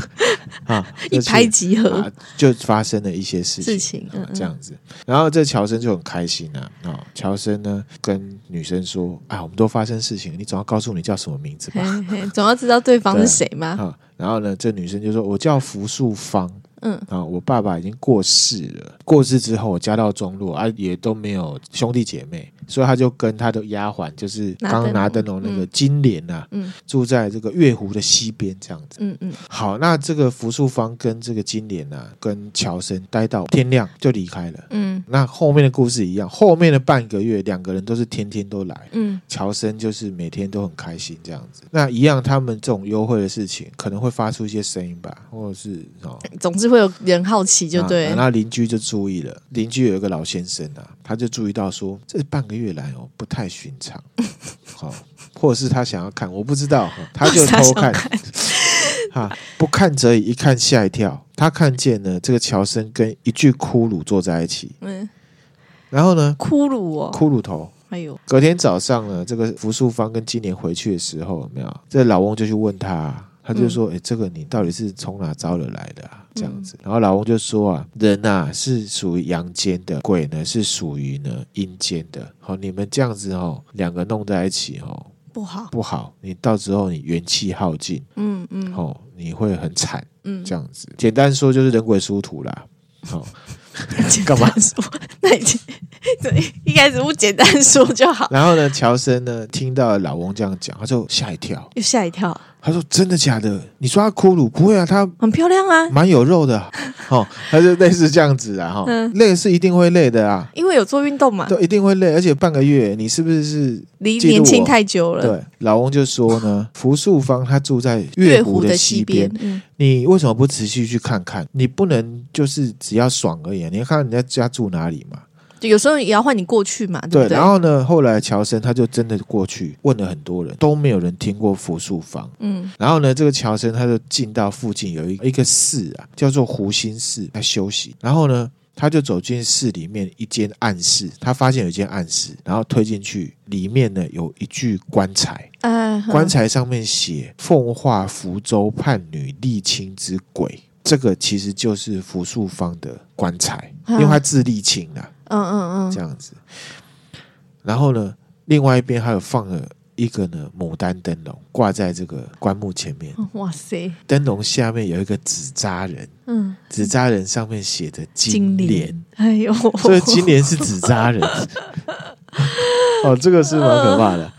Speaker 1: 啊，
Speaker 2: 一
Speaker 1: 就去
Speaker 2: 拍即合
Speaker 1: 啊，就发生了一些事情，
Speaker 2: 事情嗯
Speaker 1: 啊
Speaker 2: 嗯
Speaker 1: 这样子。然后这乔生就很开心啊，啊，乔生呢跟女生说：“啊，我们都发生事情，你总要告诉你叫什么名字吧。
Speaker 2: 嘿嘿，总要知道对方是谁嘛。
Speaker 1: 啊，然后呢，这女生就说：“我叫福树芳
Speaker 2: 嗯，
Speaker 1: 啊，我爸爸已经过世了。过世之后，我家道中落啊，也都没有兄弟姐妹，所以他就跟他的丫鬟，就是
Speaker 2: 拿
Speaker 1: 刚刚
Speaker 2: 灯
Speaker 1: 拿
Speaker 2: 笼
Speaker 1: 灯笼那个
Speaker 2: 嗯
Speaker 1: 金莲啊，
Speaker 2: 嗯
Speaker 1: 住在这个月湖的西边这样子。
Speaker 2: 嗯嗯，
Speaker 1: 好，那这个福树芳跟这个金莲啊，跟乔生待到天亮就离开了。
Speaker 2: 嗯
Speaker 1: 那后面的故事一样，后面的半个月，两个人都是天天都来。
Speaker 2: 嗯，
Speaker 1: 乔生就是每天都很开心这样子。那一样，他们这种优惠的事情可能会发出一些声音吧，或者是哦，
Speaker 2: 总是会有人好奇，就对
Speaker 1: 啊。那邻居就注意了，邻居有一个老先生啊，他就注意到说，这半个月来哦不太寻常，好、或者是他想要看，我不知道，哈他就
Speaker 2: 他
Speaker 1: 偷
Speaker 2: 想
Speaker 1: 看。哈，不看则已，一看吓一跳。他看见呢，这个乔生跟一具骷髅坐在一起，
Speaker 2: 嗯，
Speaker 1: 然后呢，
Speaker 2: 骷髅哦，
Speaker 1: 骷髅头
Speaker 2: 哎呦，
Speaker 1: 隔天早上呢，这个福树芳跟金莲回去的时候，有没有这老翁就去问他，他就
Speaker 2: 嗯
Speaker 1: 说：“哎、这个你到底是从哪招惹来的、啊？”这样子，然后老翁就说：“啊，人呐、是属于阳间的，鬼呢是属于呢阴间的。好、你们这样子哦，两个弄在一起哦，
Speaker 2: 不好，
Speaker 1: 不好，你到时候你元气耗尽，
Speaker 2: 嗯嗯
Speaker 1: 哦，你会很惨。
Speaker 2: 嗯，
Speaker 1: 这样子，简单说就是人鬼殊途啦。哦，
Speaker 2: 简
Speaker 1: 干嘛
Speaker 2: 单说？那已经对一开始不简单说就好，
Speaker 1: 然后呢，乔生呢听到老翁这样讲，他就吓一跳。”
Speaker 2: 又吓一跳，
Speaker 1: 他说：“真的假的？你说他骷髅不会啊？他
Speaker 2: 很漂亮啊，
Speaker 1: 蛮有肉的， 哦，他就类似这样子啊，哈、
Speaker 2: 嗯
Speaker 1: 累是一定会累的啊，
Speaker 2: 因为有做运动嘛，
Speaker 1: 都一定会累，而且半个月，你是不是是？
Speaker 2: 离
Speaker 1: 记录
Speaker 2: 年轻
Speaker 1: 我
Speaker 2: 太久了，
Speaker 1: 对，老翁就说 呢，福树芳他住在
Speaker 2: 月
Speaker 1: 湖
Speaker 2: 湖
Speaker 1: 的
Speaker 2: 的
Speaker 1: 西
Speaker 2: 西
Speaker 1: 边
Speaker 2: 边，，嗯，
Speaker 1: 你为什么不持续去看看？你不能就是只要爽而已、啊，你要看人家家住哪里嘛。
Speaker 2: 就有时候也要换你过去嘛，
Speaker 1: 对
Speaker 2: 不嗯对？
Speaker 1: 然后呢，后来乔生他就真的过去问了很多人，都没有人听过福树芳。
Speaker 2: 嗯，
Speaker 1: 然后呢，这个乔生他就进到附近有一一个寺啊，叫做湖心寺，他休息。然后呢，他就走进寺里面一间暗室，他发现有一间暗室，然后推进去，里面呢有一具棺材，
Speaker 2: 哎，哼
Speaker 1: 棺材上面写“奉化福州叛女沥青之鬼”，这个其实就是福树方的棺材，因为他治沥青啊，
Speaker 2: 嗯嗯
Speaker 1: 这
Speaker 2: 嗯，
Speaker 1: 样子。然后呢，另外一边还有放了一个呢牡丹灯笼，挂在这个棺木前面。
Speaker 2: 哦哇塞，
Speaker 1: 灯笼下面有一个纸扎人，
Speaker 2: 嗯，
Speaker 1: 纸扎人上面写着金
Speaker 2: 金
Speaker 1: 莲
Speaker 2: 莲，，哎呦，
Speaker 1: 所以金莲是纸扎人。哦，这个是蛮可怕的。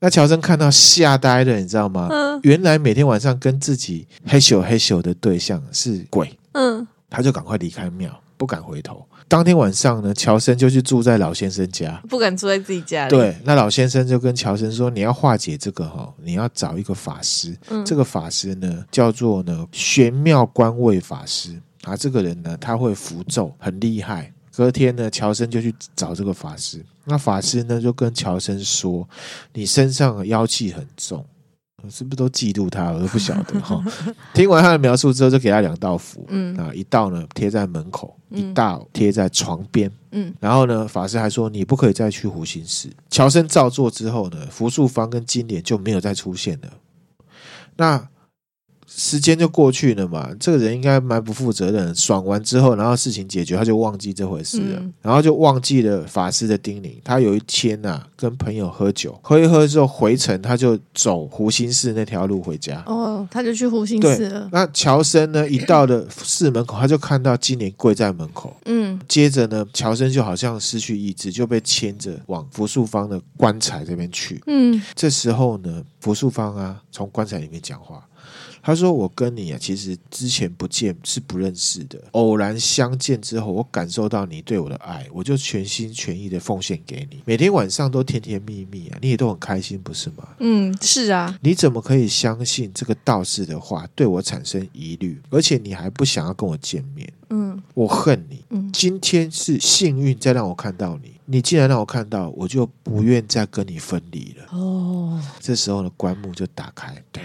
Speaker 1: 那乔生看到吓呆了，你知道吗？
Speaker 2: 嗯
Speaker 1: 原来每天晚上跟自己嘿咻嘿咻的对象是鬼，
Speaker 2: 嗯，
Speaker 1: 他就赶快离开庙，不敢回头。当天晚上呢，乔生就去住在老先生家。
Speaker 2: 不敢住在自己家里，，
Speaker 1: 对，那老先生就跟乔生说：“你要化解这个哈、你要找一个法师。
Speaker 2: 嗯
Speaker 1: 这个法师呢，叫做呢玄妙观位法师啊。这个人呢，他会符咒，很厉害。隔天呢，乔生就去找这个法师。那法师呢，就跟乔生说：‘你身上的妖气很重。’我是不是都嫉妒他？我都不晓得 哈。听完他的描述之后，就给他两道符，
Speaker 2: 嗯
Speaker 1: 啊，一道呢贴在门口，一
Speaker 2: 嗯
Speaker 1: 道贴在床边，
Speaker 2: 嗯，
Speaker 1: 然后呢，法师还说你不可以再去湖心寺。乔生照做之后呢，福树方跟金莲就没有再出现了。那时间就过去了嘛，这个人应该蛮不负责任的，爽完之后，然后事情解决，他就忘记这回事了，
Speaker 2: 嗯
Speaker 1: 然后就忘记了法师的叮咛。他有一天呐、跟朋友喝酒，喝一喝之后回程，他就走湖心寺那条路回家。
Speaker 2: 哦，他就去湖心
Speaker 1: 对
Speaker 2: 寺了，
Speaker 1: 那乔生呢，一到了寺门口，他就看到金莲跪在门口，
Speaker 2: 嗯
Speaker 1: 接着呢，乔生就好像失去意志，就被牵着往福树方的棺材这边去。
Speaker 2: 嗯
Speaker 1: 这时候呢，佛术方啊从棺材里面讲话，他说：“我跟你啊，其实之前不见是不认识的，偶然相见之后，我感受到你对我的爱，我就全心全意的奉献给你，每天晚上都甜甜蜜蜜啊，你也都很开心，不是吗？”
Speaker 2: 嗯，是啊，
Speaker 1: 你怎么可以相信这个道士的话对我产生疑虑？而且你还不想要跟我见面，
Speaker 2: 嗯
Speaker 1: 我恨你！
Speaker 2: 嗯
Speaker 1: 今天是幸运再让我看到你，你既然让我看到，我就不愿再跟你分离了。
Speaker 2: 哦，
Speaker 1: 这时候呢，棺木就打开，对，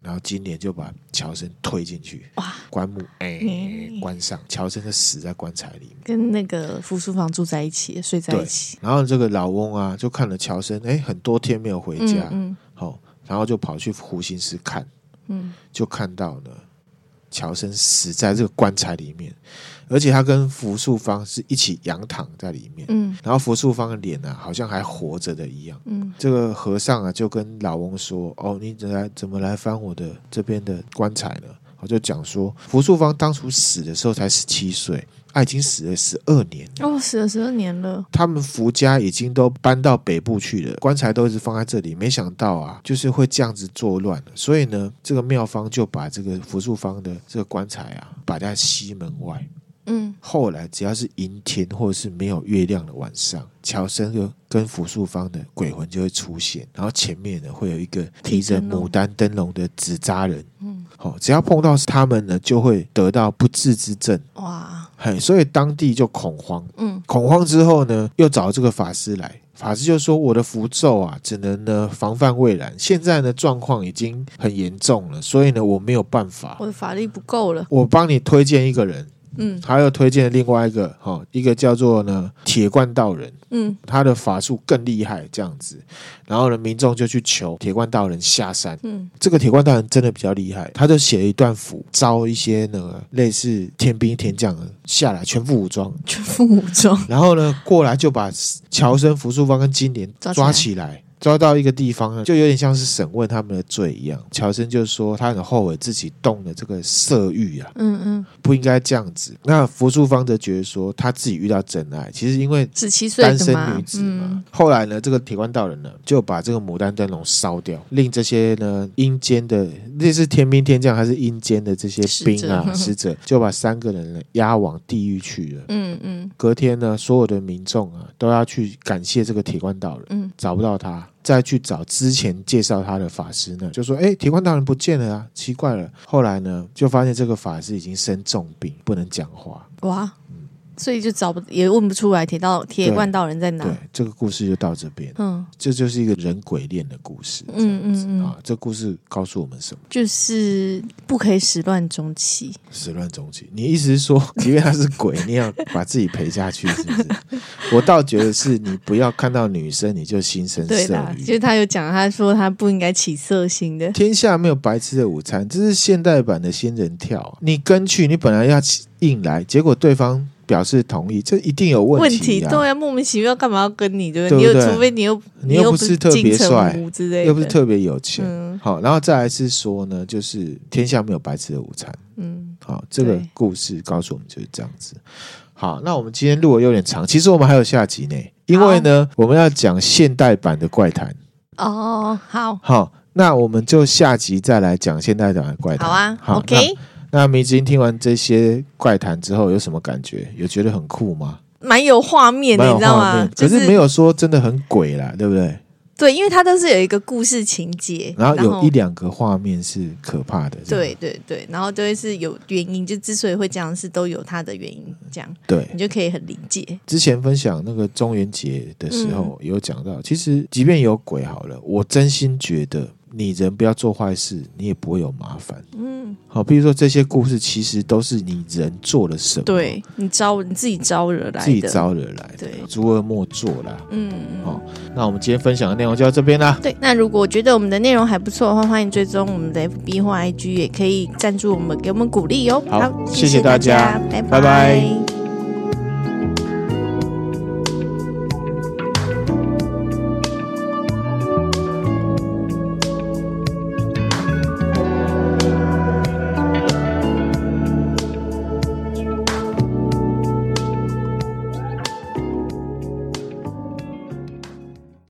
Speaker 1: 然后金莲就把乔生推进去，
Speaker 2: 哇，
Speaker 1: 棺木哎、
Speaker 2: 嗯
Speaker 1: 关上，乔生就死在棺材里面。
Speaker 2: 跟那个扶书房住在一起，睡在
Speaker 1: 对
Speaker 2: 一起，
Speaker 1: 然后这个老翁啊，就看了乔生，哎，很多天没有回
Speaker 2: 嗯
Speaker 1: 家，
Speaker 2: 嗯
Speaker 1: 好、然后就跑去湖心寺看。
Speaker 2: 嗯，
Speaker 1: 就看到呢，乔生死在这个棺材里面，而且他跟福树芳是一起仰躺在里面，
Speaker 2: 嗯
Speaker 1: 然后福树芳的脸啊，好像还活着的一样。
Speaker 2: 嗯
Speaker 1: 这个和尚啊，就跟老翁说：“哦，你怎么来怎么来翻我的这边的棺材呢？”我就讲说，福树芳当初死的时候才十七岁，啊他已经死了十二年了。
Speaker 2: 哦，死了十二年了，
Speaker 1: 他们福家已经都搬到北部去了，棺材都一直放在这里。没想到啊，就是会这样子作乱了。所以呢，这个妙方就把这个福寿方的这个棺材啊，摆在西门外。
Speaker 2: 嗯
Speaker 1: 后来只要是阴天或者是没有月亮的晚上，乔生就跟福寿方的鬼魂就会出现，然后前面呢会有一个提着
Speaker 2: 提灯笼
Speaker 1: 牡丹灯笼的纸扎人。
Speaker 2: 嗯，
Speaker 1: 哦，只要碰到他们呢，就会得到不治之症。
Speaker 2: 哇，
Speaker 1: 嘿，所以当地就恐慌。
Speaker 2: 嗯
Speaker 1: 恐慌之后呢，又找这个法师来。法师就说：“我的符咒啊，只能呢防范未然。现在呢状况已经很严重了，所以呢我没有办法
Speaker 2: 我。的法力不够了，
Speaker 1: 我帮你推荐一个人，
Speaker 2: 嗯
Speaker 1: 还有推荐另外一个哈、哦，一个叫做呢铁冠道人，
Speaker 2: 嗯
Speaker 1: 他的法术更厉害，这样子。然后呢，民众就去求铁冠道人下山。
Speaker 2: 嗯
Speaker 1: 这个铁冠道人真的比较厉害，他就写了一段符，招一些那个类似天兵天将的下来，全副武装，
Speaker 2: 全副武装，
Speaker 1: 然后呢，过来就把乔生、福树芳跟金莲
Speaker 2: 抓起来
Speaker 1: 抓起来，抓到一个地方呢，就有点像是审问他们的罪一样。乔生就说他很后悔自己动了这个色欲啊，
Speaker 2: 嗯嗯，
Speaker 1: 不应该这样子。那福树芳则觉得说他自己遇到真爱，其实因为
Speaker 2: 十七岁
Speaker 1: 单
Speaker 2: 的
Speaker 1: 身
Speaker 2: 嘛
Speaker 1: 女，子嘛。
Speaker 2: 嗯
Speaker 1: 后来呢，这个铁观道人呢就把这个牡丹灯笼烧掉，令这些呢阴间的类似天兵天将还是阴间的这些兵啊
Speaker 2: 使
Speaker 1: 使者，就把三个人呢押往地狱去了。
Speaker 2: 嗯嗯
Speaker 1: 隔天呢，所有的民众啊都要去感谢这个铁观道人，
Speaker 2: 嗯
Speaker 1: 找不到他，再去找之前介绍他的法师呢，就说：“哎，铁观道人不见了啊，奇怪了。”后来呢，就发现这个法师已经生重病，不能讲话。
Speaker 2: 哇，所以就找不也问不出来铁道铁
Speaker 1: 对
Speaker 2: 罐道人在哪
Speaker 1: 对，，这个故事就到这边，
Speaker 2: 嗯
Speaker 1: 这就是一个人鬼恋的故事。这样
Speaker 2: 嗯嗯嗯，
Speaker 1: 啊，这故事告诉我们什么？
Speaker 2: 就是不可以始乱终弃，
Speaker 1: 始乱终弃。你意思是说， 即便他是鬼，你也要把自己陪下去，是不 是？我倒觉得是你不要看到女生你就心生
Speaker 2: 对
Speaker 1: 色
Speaker 2: 啦，
Speaker 1: 欲
Speaker 2: 就。是他有讲，他说他不应该起色心的，
Speaker 1: 天下没有白吃的午餐，这是现代版的仙人跳啊、你跟去，你本来要硬来，结果对方表示同意，这一定有问题、啊。
Speaker 2: 对啊，莫名其妙干嘛要跟你对
Speaker 1: 对
Speaker 2: 你
Speaker 1: 不
Speaker 2: 又
Speaker 1: 对
Speaker 2: 除非你又
Speaker 1: 你又
Speaker 2: 又
Speaker 1: 不是特别
Speaker 2: 金城
Speaker 1: 帅
Speaker 2: 武之类的，
Speaker 1: 又不是特别有钱。
Speaker 2: 嗯
Speaker 1: 好，然后再来是说呢，就是天下没有白吃的午餐。
Speaker 2: 嗯，
Speaker 1: 好，这个
Speaker 2: 对
Speaker 1: 故事告诉我们就是这样子。好，那我们今天录的有点长，其实我们还有下集呢，因为呢，我们要讲现代版的怪谈。
Speaker 2: 哦，好，
Speaker 1: 好，那我们就下集再来讲现代版的怪谈。
Speaker 2: 好啊
Speaker 1: 好
Speaker 2: ，OK，
Speaker 1: 那迷之音听完这些怪谈之后有什么感觉？有觉得很酷吗？
Speaker 2: 蛮有画面的，
Speaker 1: 蛮
Speaker 2: 你
Speaker 1: 有
Speaker 2: 知道
Speaker 1: 画
Speaker 2: 吗
Speaker 1: 面，？可
Speaker 2: 就是
Speaker 1: 没有说真的很鬼啦，对不对？
Speaker 2: 对，因为它都是有一个故事情节，
Speaker 1: 然后有一两个画面是可怕的，是吧
Speaker 2: 对对对，然后就会是有原因，就之所以会这样是都有它的原因，这样
Speaker 1: 对。
Speaker 2: 你就可以很理解。
Speaker 1: 之前分享那个中元节的时候
Speaker 2: 嗯
Speaker 1: 有讲到，其实即便有鬼好了，我真心觉得你人不要做坏事，你也不会有麻烦。
Speaker 2: 嗯，
Speaker 1: 好，比如说这些故事其实都是你人做了什么，
Speaker 2: 对你招你自己招惹来的，
Speaker 1: 自己招惹来的
Speaker 2: 对，
Speaker 1: 诸恶莫作啦。
Speaker 2: 嗯。
Speaker 1: 好，那我们今天分享的内容就到这边啦。
Speaker 2: 对，那如果觉得我们的内容还不错的话，欢迎追踪我们的 FB 或 IG，也可以赞助我们，给我们鼓励哟、哦
Speaker 1: 好
Speaker 2: 好，
Speaker 1: 谢谢大
Speaker 2: 大
Speaker 1: 家
Speaker 2: 拜
Speaker 1: 拜拜